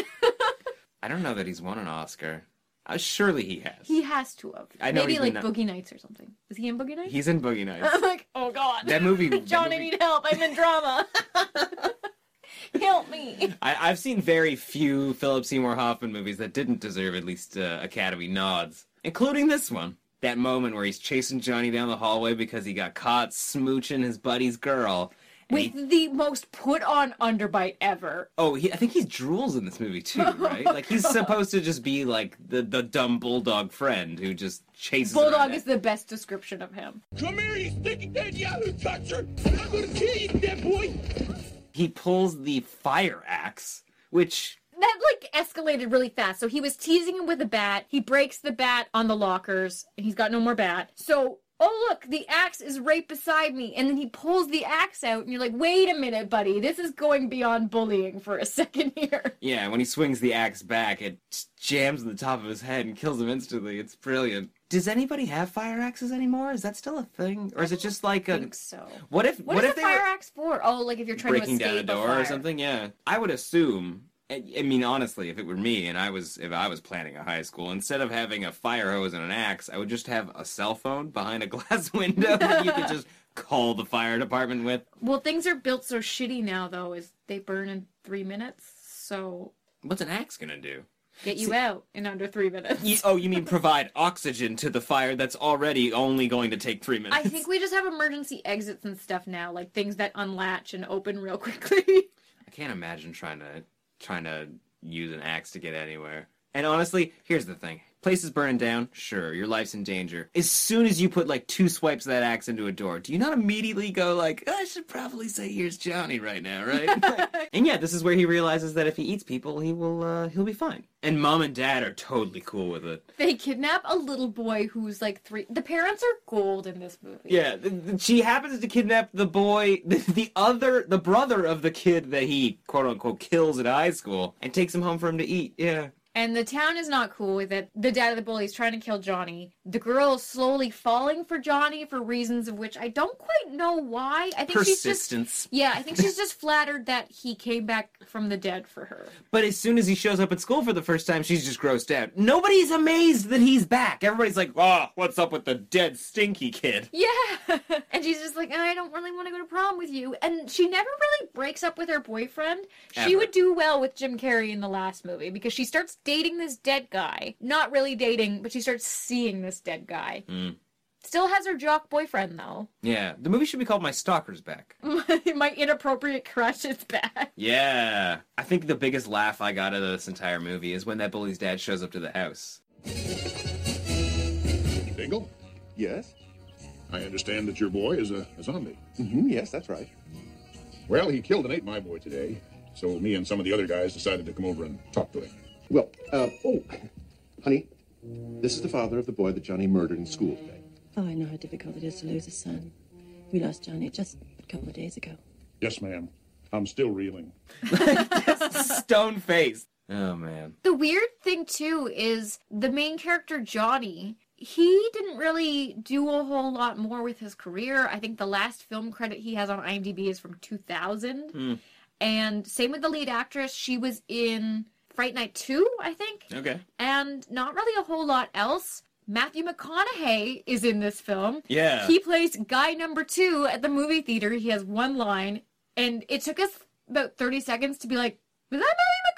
S5: I don't know that he's won an Oscar. Uh, surely he has.
S4: He has to have.
S5: I know
S4: Maybe
S5: he's
S4: like
S5: been not-
S4: Boogie Nights or something. Is he in Boogie Nights?
S5: He's in Boogie Nights.
S4: I'm like, oh god.
S5: That movie- that
S4: John, I
S5: movie-
S4: need help. I'm in drama. help me.
S5: I, I've seen very few Philip Seymour Hoffman movies that didn't deserve at least uh, Academy nods, including this one. That moment where he's chasing Johnny down the hallway because he got caught smooching his buddy's girl.
S4: With the most put on underbite ever.
S5: Oh, he, I think he drools in this movie too, right? like he's supposed to just be like the, the dumb bulldog friend who just chases. around
S4: Bulldog
S5: that-
S4: is the best description of him.
S13: Come here, you stinking dead yahoo toucher! I'm gonna kill you, dead boy!
S5: He pulls the fire axe, which
S4: That like escalated really fast. So he was teasing him with a bat. He breaks the bat on the lockers, and he's got no more bat. So oh look, the axe is right beside me, and then he pulls the axe out, and you're like, wait a minute, buddy, this is going beyond bullying for a second here.
S5: yeah, when he swings the axe back, it just jams in the top of his head and kills him instantly. It's brilliant. Does anybody have fire axes anymore? Is that still a thing, or is it just like a?
S4: think so.
S5: What if?
S4: What
S5: What,
S4: is
S5: if
S4: the
S5: they
S4: fire
S5: were
S4: axe for? Oh, like if you're trying
S5: breaking
S4: to
S5: down
S4: escape
S5: a door
S4: fire.
S5: or something? Yeah, I would assume. I I mean, honestly, if it were me and I was if I was planning a high school, instead of having a fire hose and an axe, I would just have a cell phone behind a glass window that you could just call the fire department with.
S4: Well, things are built so shitty now, though, is they burn in three minutes. So
S5: What's an axe gonna do?
S4: get you out in under three minutes.
S5: You- oh, you mean provide oxygen to the fire that's already only going to take three minutes?
S4: I think we just have emergency exits and stuff now, like things that unlatch and open real quickly.
S5: I can't imagine trying to trying to use an axe to get anywhere. And honestly, here's the thing. Place is burning down, sure, your life's in danger. As soon as you put like two swipes of that axe into a door, do you not immediately go like, "Oh, I should probably say here's Johnny right now, right? Like, and yeah, this is where he realizes that if he eats people, he will uh, he'll be fine. And mom and dad are totally cool with it.
S4: they kidnap a little boy who's like three. The parents are gold in this movie.
S5: Yeah, th- th- she happens to kidnap the boy, the, the other, the brother of the kid that he quote unquote kills at high school, and takes him home for him to eat. Yeah.
S4: And the town is not cool with it. The dad of the bully is trying to kill Johnny. The girl is slowly falling for Johnny for reasons of which I don't quite know why. I think she's just
S5: Persistence.
S4: Yeah, I think she's just flattered that he came back from the dead for her.
S5: But as soon as he shows up at school for the first time, she's just grossed out. Nobody's amazed that he's back. Everybody's like, "Ah, what's up with the dead stinky kid?"
S4: Yeah. and she's just like, "Oh, I don't really want to go to prom with you. And she never really breaks up with her boyfriend. She
S5: Ever.
S4: would do well with Jim Carrey in the last movie because she starts dating this dead guy. Not really dating, but she starts seeing this dead guy.
S5: Mm.
S4: Still has her jock boyfriend, though.
S5: Yeah, the movie should be called "My Stalker's Back."
S4: My inappropriate crush is back.
S5: Yeah, I think the biggest laugh I got out of this entire movie is when that bully's dad shows up to the house.
S12: Dingle? Yes? I understand that your boy is a, a zombie. Mm-hmm, yes, that's right. Well, he killed and ate my boy today, so me and some of the other guys decided to come over and talk to him.
S14: Well, uh, oh, honey, this is the father of the boy that Johnny murdered in school today.
S7: Oh, I know how difficult it is to lose a son. We lost Johnny just a couple of days ago.
S12: Yes, ma'am. I'm still reeling.
S5: Stone face. Oh man.
S4: The weird thing, too, is the main character, Johnny. He didn't really do a whole lot more with his career. I think the last film credit he has on IMDb is from 2000. And same with the lead actress. She was in Fright Night 2, I think,
S5: Okay.
S4: and not really a whole lot else. Matthew McConaughey is in this film.
S5: Yeah.
S4: He plays guy number two at the movie theater. He has one line, and it took us about 30 seconds to be like, was that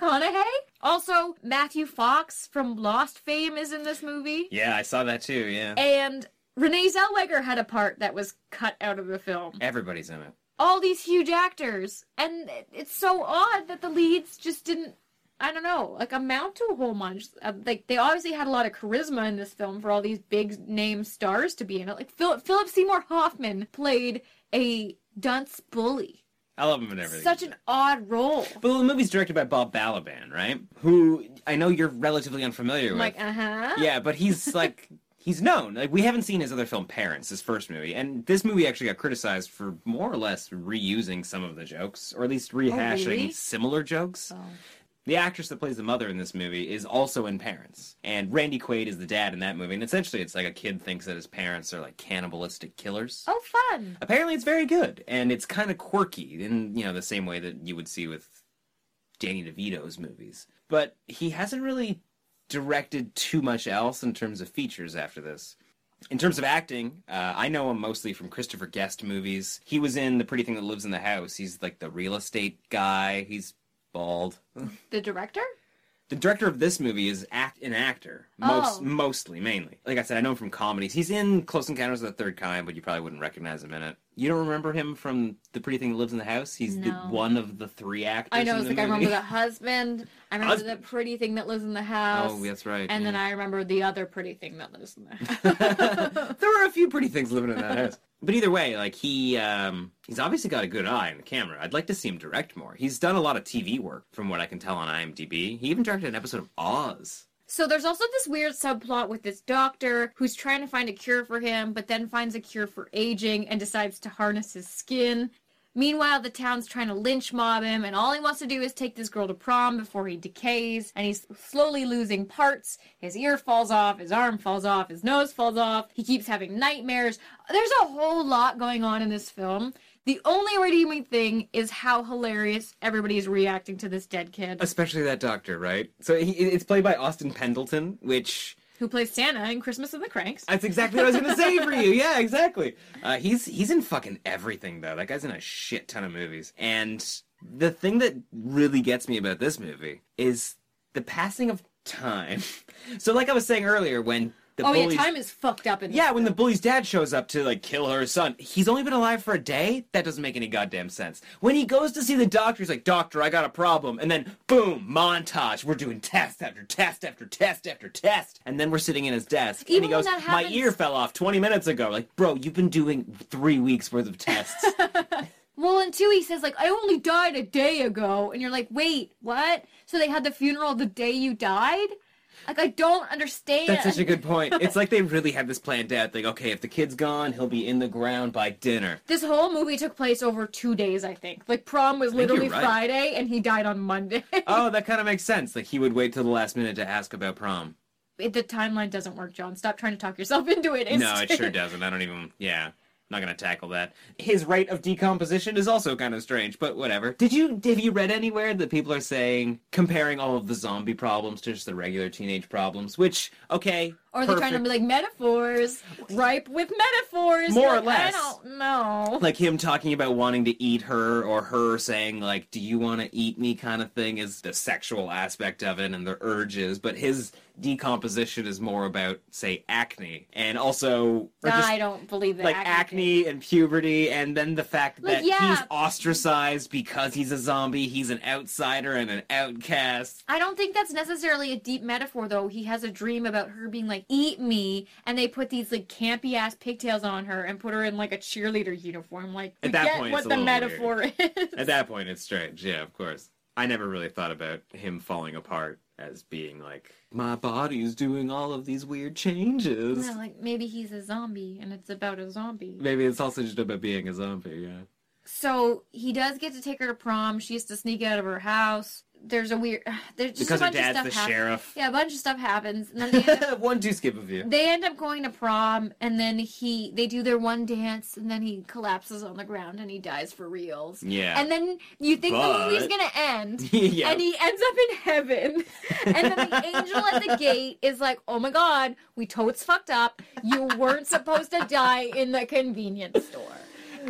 S4: Matthew McConaughey? Also, Matthew Fox from Lost fame is in this movie.
S5: Yeah, I saw that too. Yeah.
S4: And Renee Zellweger had a part that was cut out of the film
S5: Everybody's in it.
S4: all these huge actors and it- it's so odd that the leads just didn't i don't know like amount to a whole bunch Uh, like they obviously had a lot of charisma in this film for all these big name stars to be in it like Phil- philip seymour hoffman played a dunce bully
S5: I love him and everything.
S4: such an odd role
S5: But the movie's directed by Bob Balaban, right? Who I know you're relatively unfamiliar
S4: I'm
S5: with.
S4: like uh-huh
S5: Yeah, but he's like he's known. Like we haven't seen his other film Parents, his first movie. And this movie actually got criticized for more or less reusing some of the jokes or at
S4: Oh,
S5: least rehashing
S11: really?
S5: similar jokes. The actress that plays the mother in this movie is also in Parents. And Randy Quaid is the dad in that movie. And essentially it's like a kid thinks that his parents are like cannibalistic killers.
S4: oh fun
S5: Apparently it's very good and it's kind of quirky in, you know, the same way that you would see with Danny DeVito's movies. But he hasn't really directed too much else in terms of features after this. In terms of acting, uh, I know him mostly from Christopher Guest movies. He was in The Pretty Thing That Lives in the House. He's like the real estate guy. He's bald.
S4: The director?
S5: The director of this movie is act an actor, most
S4: Oh.
S5: mostly mainly. Like I said, I know him from comedies. He's in Close Encounters of the Third Kind, but you probably wouldn't recognize him in it. You don't remember him from The Pretty Thing That Lives in the House? He's the,
S4: No.
S5: one of the three actors.
S4: I know.
S5: in
S4: It's
S5: the
S4: like I remember
S5: movie.
S4: the husband. I remember
S5: Husband.
S4: the pretty thing that lives in the house.
S5: Oh, that's right,
S4: And then
S5: yeah.
S4: I remember the other pretty thing that lives in the house.
S5: there were a few pretty things living in that house. But either way, like he um he's obviously got a good eye on the camera. I'd like to see him direct more. He's done a lot of TV work from what I can tell on IMDb. He even directed an episode of Oz.
S4: So there's also this weird subplot with this doctor who's trying to find a cure for him, but then finds a cure for aging and decides to harness his skin. Meanwhile, the town's trying to lynch mob him, and all he wants to do is take this girl to prom before he decays, and he's slowly losing parts. His ear falls off, his arm falls off, his nose falls off, he keeps having nightmares. There's a whole lot going on in this film. The only redeeming thing is how hilarious everybody's reacting to this dead kid
S5: Especially that doctor, right? So he, it's played by Austin Pendleton, which
S4: who plays Santa in Christmas of the Cranks.
S5: that's exactly what I was gonna say for you. Yeah, exactly. Uh, he's he's in fucking everything though. That guy's in a shit ton of movies. And the thing that really gets me about this movie is the passing of time. So like I was saying earlier, when the
S4: oh
S5: bullies-
S4: yeah, time is fucked up in this.
S5: Yeah, when the bully's dad shows up to like kill her son, he's only been alive for a day. That doesn't make any goddamn sense. When he goes to see the doctor, he's like, "Doctor, I got a problem," and then boom, montage. We're doing test after test after test after test, and then we're sitting in his desk,
S4: Even
S5: and he goes,
S4: when that
S5: "My
S4: happens-
S5: ear fell off 20 minutes ago." Like, bro, you've been doing three weeks worth of tests.
S4: Well, and two, he says like, "I only died a day ago," and you're like, "Wait, what?" So they had the funeral the day you died? Like, I don't understand.
S5: That's such a good point. It's like they really had this planned out. Like, okay, if the kid's gone, he'll be in the ground by dinner.
S4: This whole movie took place over two days, I think. Like prom was
S5: think you're
S4: literally
S5: right.
S4: Friday, and he died on Monday.
S5: Oh, that kind of makes sense. Like he would wait till the last minute to ask about prom.
S4: It- the timeline doesn't work, John. Stop trying to talk yourself into it.
S5: No, it sure doesn't. I don't even. Yeah, not gonna tackle that. His rate of decomposition is also kind of strange, but whatever. Did you have you read anywhere that people are saying comparing all of the zombie problems to just the regular teenage problems? Which okay,
S4: Or they're trying to
S5: perfect.
S4: be like metaphors, ripe with metaphors.
S5: More
S4: You're
S5: or
S4: like,
S5: less.
S4: I don't know.
S5: like him talking about wanting to eat her or her saying like do you want to eat me kind of thing is the sexual aspect of it and the urges but his decomposition is more about say acne and also or
S4: Nah,
S5: just,
S4: I don't believe that.
S5: like acne and puberty and then the fact
S4: Like,
S5: that
S4: yeah.
S5: he's ostracized because he's a zombie he's an outsider and an outcast
S4: I don't think that's necessarily a deep metaphor, though. He has a dream about her being like, eat me, and they put these like campy ass pigtails on her and put her in like a cheerleader uniform. Like,
S5: At that
S4: forget
S5: point,
S4: what
S5: it's a
S4: the
S5: little
S4: metaphor is.
S5: at that point it's strange yeah of course i never really thought about him falling apart as being like my body's doing all of these weird changes
S4: Yeah, like maybe he's a zombie and it's about a zombie.
S5: Maybe it's also just about being a zombie, yeah.
S4: So he does get to take her to prom. She has to sneak out of her house. There's a weird. There's just
S5: Because
S4: a
S5: her
S4: bunch
S5: dad's
S4: of stuff
S5: the
S4: happen-
S5: sheriff.
S4: Yeah, a bunch of stuff happens, and then they end up
S5: One do skip of you.
S4: they end up going to prom and then he they do their one dance and then he collapses on the ground and he dies for reals
S5: Yeah.
S4: and then you think the movie's
S5: But-
S4: gonna end
S5: Yeah.
S4: and he ends up in heaven and then the angel at the gate is like oh my god we totes fucked up you weren't supposed to die in the convenience store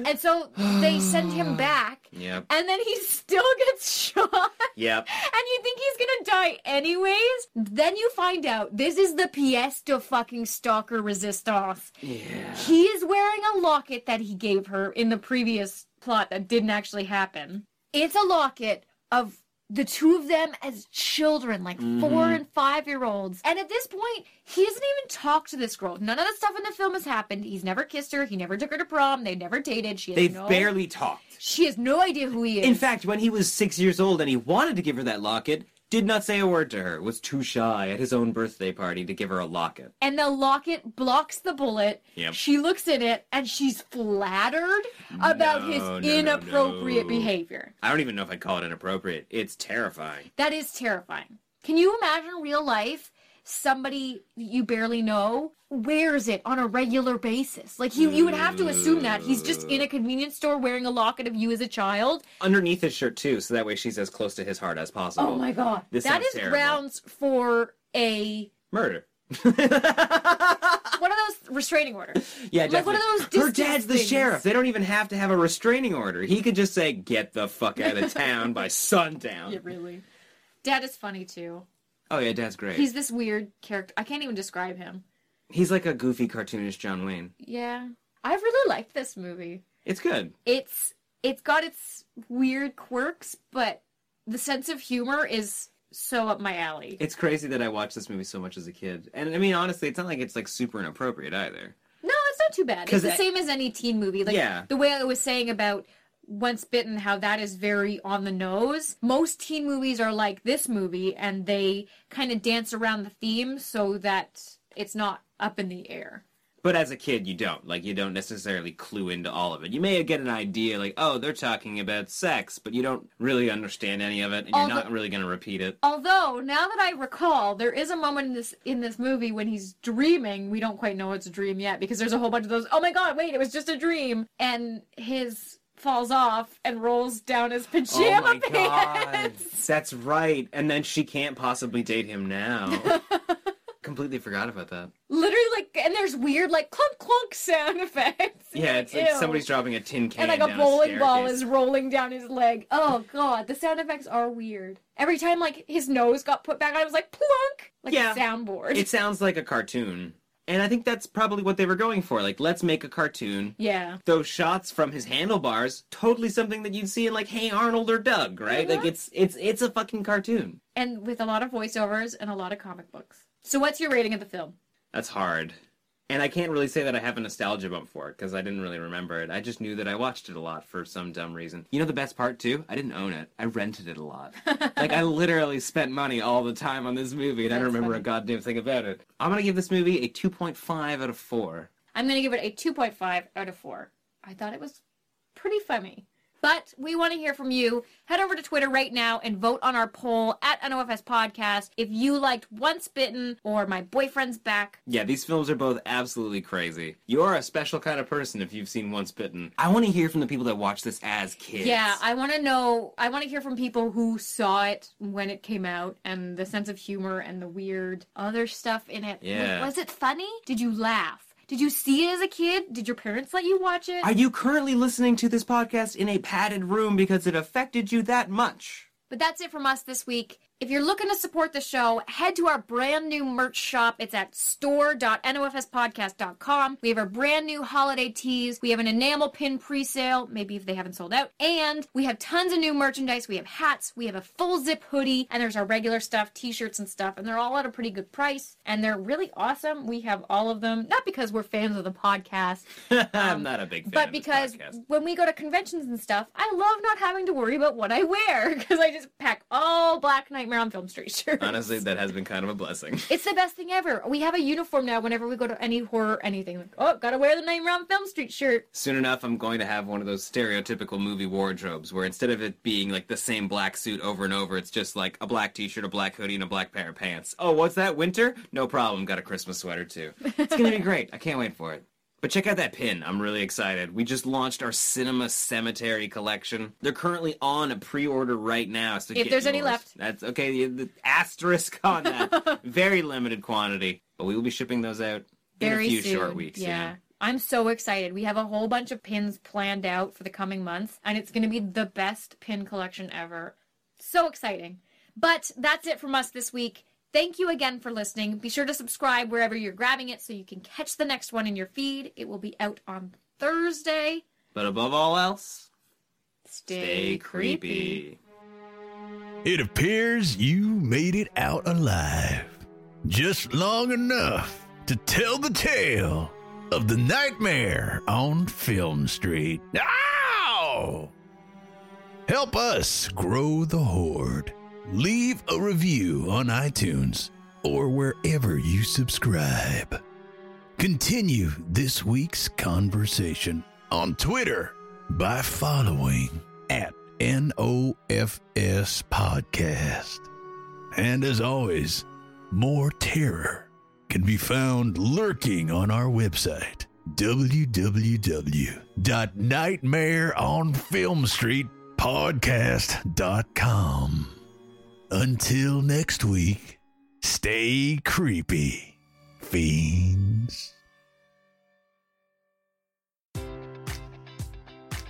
S4: and so they send him back
S5: Yep.
S4: and then he still gets shot
S5: Yep.
S4: and you think he's gonna die anyways? Then you find out this is the pièce de fucking stalker resistance.
S5: Yeah.
S4: He is wearing a locket that he gave her in the previous plot that didn't actually happen. It's a locket of the two of them as children, like
S5: Mm-hmm.
S4: four
S10: Mhm.
S4: and five year olds. And at this point, he doesn't even talk to this girl. None of the stuff in the film has happened. He's never kissed her. He never took her to prom. They never dated. She has
S5: They've
S4: no,
S5: barely talked.
S4: She has no idea who he is.
S5: In fact, when he was six years old and he wanted to give her that locket, did not say a word to her, was too shy at his own birthday party to give her a locket.
S4: and the locket blocks the bullet.
S5: Yep.
S4: She looks at it and she's flattered about his
S5: No, no, no,
S4: inappropriate
S5: no.
S4: behavior.
S5: I don't even know if I'd call it inappropriate. It's terrifying.
S4: That is terrifying. Can you imagine real life? Somebody you barely know wears it on a regular basis. Like you, you would have to assume that he's just in a convenience store wearing a locket of you as a child.
S5: Underneath his shirt, too, so that way she's as close to his heart as possible.
S4: Oh my god,
S5: This
S4: that
S5: sounds
S4: is
S5: terrible.
S4: grounds for a
S5: Murder.
S4: one of those restraining orders.
S5: Yeah,
S4: Like, one
S5: definitely.
S4: of those
S5: Her
S4: distance
S5: dad's the
S4: things.
S5: sheriff. They don't even have to have a restraining order. He could just say, "Get the fuck out of town by sundown."
S4: really. Dad is funny too.
S5: Oh yeah, dad's great.
S4: He's
S5: He's,
S4: this weird character. I can't even describe him.
S5: like a goofy cartoonish John Wayne.
S4: Yeah, I really liked this movie.
S5: It's good.
S4: It's it's got its weird quirks, but the sense of humor is so up my alley.
S5: It's crazy that I watched this movie so much as a kid. And I mean, honestly, it's not like it's like super inappropriate either.
S4: No, it's not too bad.
S5: 'Cause
S4: It's the
S5: I-
S4: same as any teen movie. Like
S5: Yeah.
S4: the way I was saying about Once Bitten, how that is very on the nose. Most teen movies are like this movie, and they kind of dance around the theme so that it's not up in the air.
S5: But as a kid, you don't. Like, you don't necessarily clue into all of it. You may get an idea, like, oh, they're talking about sex, but you don't really understand any of it, and
S4: All
S5: you're
S4: the-
S5: not really going to repeat it.
S4: Although now that I recall, there is a moment in this in this movie when he's dreaming. We don't quite know it's a dream yet because there's a whole bunch of those. Oh my god! Wait, it was just a dream, and his falls off and rolls down his pajama
S5: oh my
S4: pants.
S5: god. That's right. And then she can't possibly date him now. Completely forgot about that.
S4: Literally, like, and there's weird, like, clunk clunk sound effects.
S5: Yeah, it's like
S4: Ew.
S5: somebody's dropping a tin
S4: And,
S5: can
S4: like, a
S5: down
S4: bowling ball
S5: staircase.
S4: is rolling down his leg. Oh, God. The sound effects are weird. Every time, like, his nose got put back on, it was like, plunk! Like
S5: Yeah.
S4: a soundboard.
S5: It sounds like a cartoon. And I think that's probably what they were going for. Like, let's make a cartoon.
S4: Yeah.
S5: Those shots from his handlebars, totally something that you'd see in like Hey Arnold or Doug, right? Like it's it's it's a fucking cartoon.
S4: And with a lot of voiceovers and a lot of comic books. So, what's your rating of the film?
S5: That's hard. And I can't really say that I have a nostalgia bump for it because I didn't really remember it. I just knew that I watched it a lot for some dumb reason. You know the best part too? I didn't own it. I rented it a lot. like I literally spent money all the time on this movie and I don't
S4: That's
S5: remember
S4: funny.
S5: a goddamn thing about it. I'm gonna give this movie a 2.5 out of 4.
S4: I'm going to give it a 2.5 out of 4. I thought it was pretty funny. But we want to hear from you. Head over to Twitter right now and vote on our poll at NOFS Podcast if you liked Once Bitten or My Boyfriend's Back.
S5: Yeah, these films are both absolutely crazy. You're a special kind of person if you've seen Once Bitten. I want to hear from the people that watched this as kids.
S4: Yeah, I want to know. I want to hear from people who saw it when it came out and the sense of humor and the weird other stuff in it. W-
S5: Yeah.
S4: Was it funny? Did you laugh? Did you see it as a kid? Did your parents let you watch it?
S5: Are you currently listening to this podcast in a padded room because it affected you that much?
S4: But that's it from us this week. If you're looking to support the show, head to our brand new merch shop. It's at store.nofspodcast.com. We have our brand new holiday tees. We have an enamel pin pre-sale, maybe if they haven't sold out. And we have tons of new merchandise. We have hats, we have a full zip hoodie, and there's our regular stuff, t-shirts and stuff, and they're all at a pretty good price, and they're really awesome. We have all of them, not because we're fans of the podcast,
S5: I'm not a big fan.
S4: Um, but
S5: of this
S4: because
S5: podcast.
S4: when we go to conventions and stuff, I love not having to worry about what I wear because I just pack all black Nightmare on Film Street shirts.
S5: honestly, that has been kind of a blessing.
S4: It's the best thing ever. We have a uniform now whenever we go to any horror anything. Like, oh, gotta wear the Nightmare on Film Street shirt.
S5: Soon enough, I'm going to have one of those stereotypical movie wardrobes where instead of it being like the same black suit over and over, it's just like a black t-shirt, a black hoodie, and a black pair of pants. Oh, what's that? Winter? No problem. Got a Christmas sweater too. It's gonna be great. I can't wait for it. But check out that pin. I'm really excited. We just launched our Cinema Cemetery collection. They're currently on a pre-order right now. So
S4: If
S5: get
S4: there's any
S5: yours.
S4: left.
S5: that's okay. the- The asterisk on that. Very limited quantity, but we will be shipping those out
S4: Very
S5: in a few
S4: soon.
S5: short weeks.
S4: Yeah. I'm so excited. We have a whole bunch of pins planned out for the coming months, and it's going to be the best pin collection ever. So exciting. But that's it from us this week. Thank you again for listening. Be sure to subscribe wherever you're grabbing it so you can catch the next one in your feed. It will be out on Thursday.
S5: But above all else,
S4: Stay,
S5: stay creepy.
S1: It appears you made it out alive. Just long enough to tell the tale of the nightmare on Film Street. Ow! Help us grow the horde. Leave a review on iTunes or wherever you subscribe. Continue this week's conversation on Twitter by following at NOFS Podcast. And as always, more terror can be found lurking on our website www.nightmareonfilmstreetpodcast.com. Until next week, Stay creepy, fiends.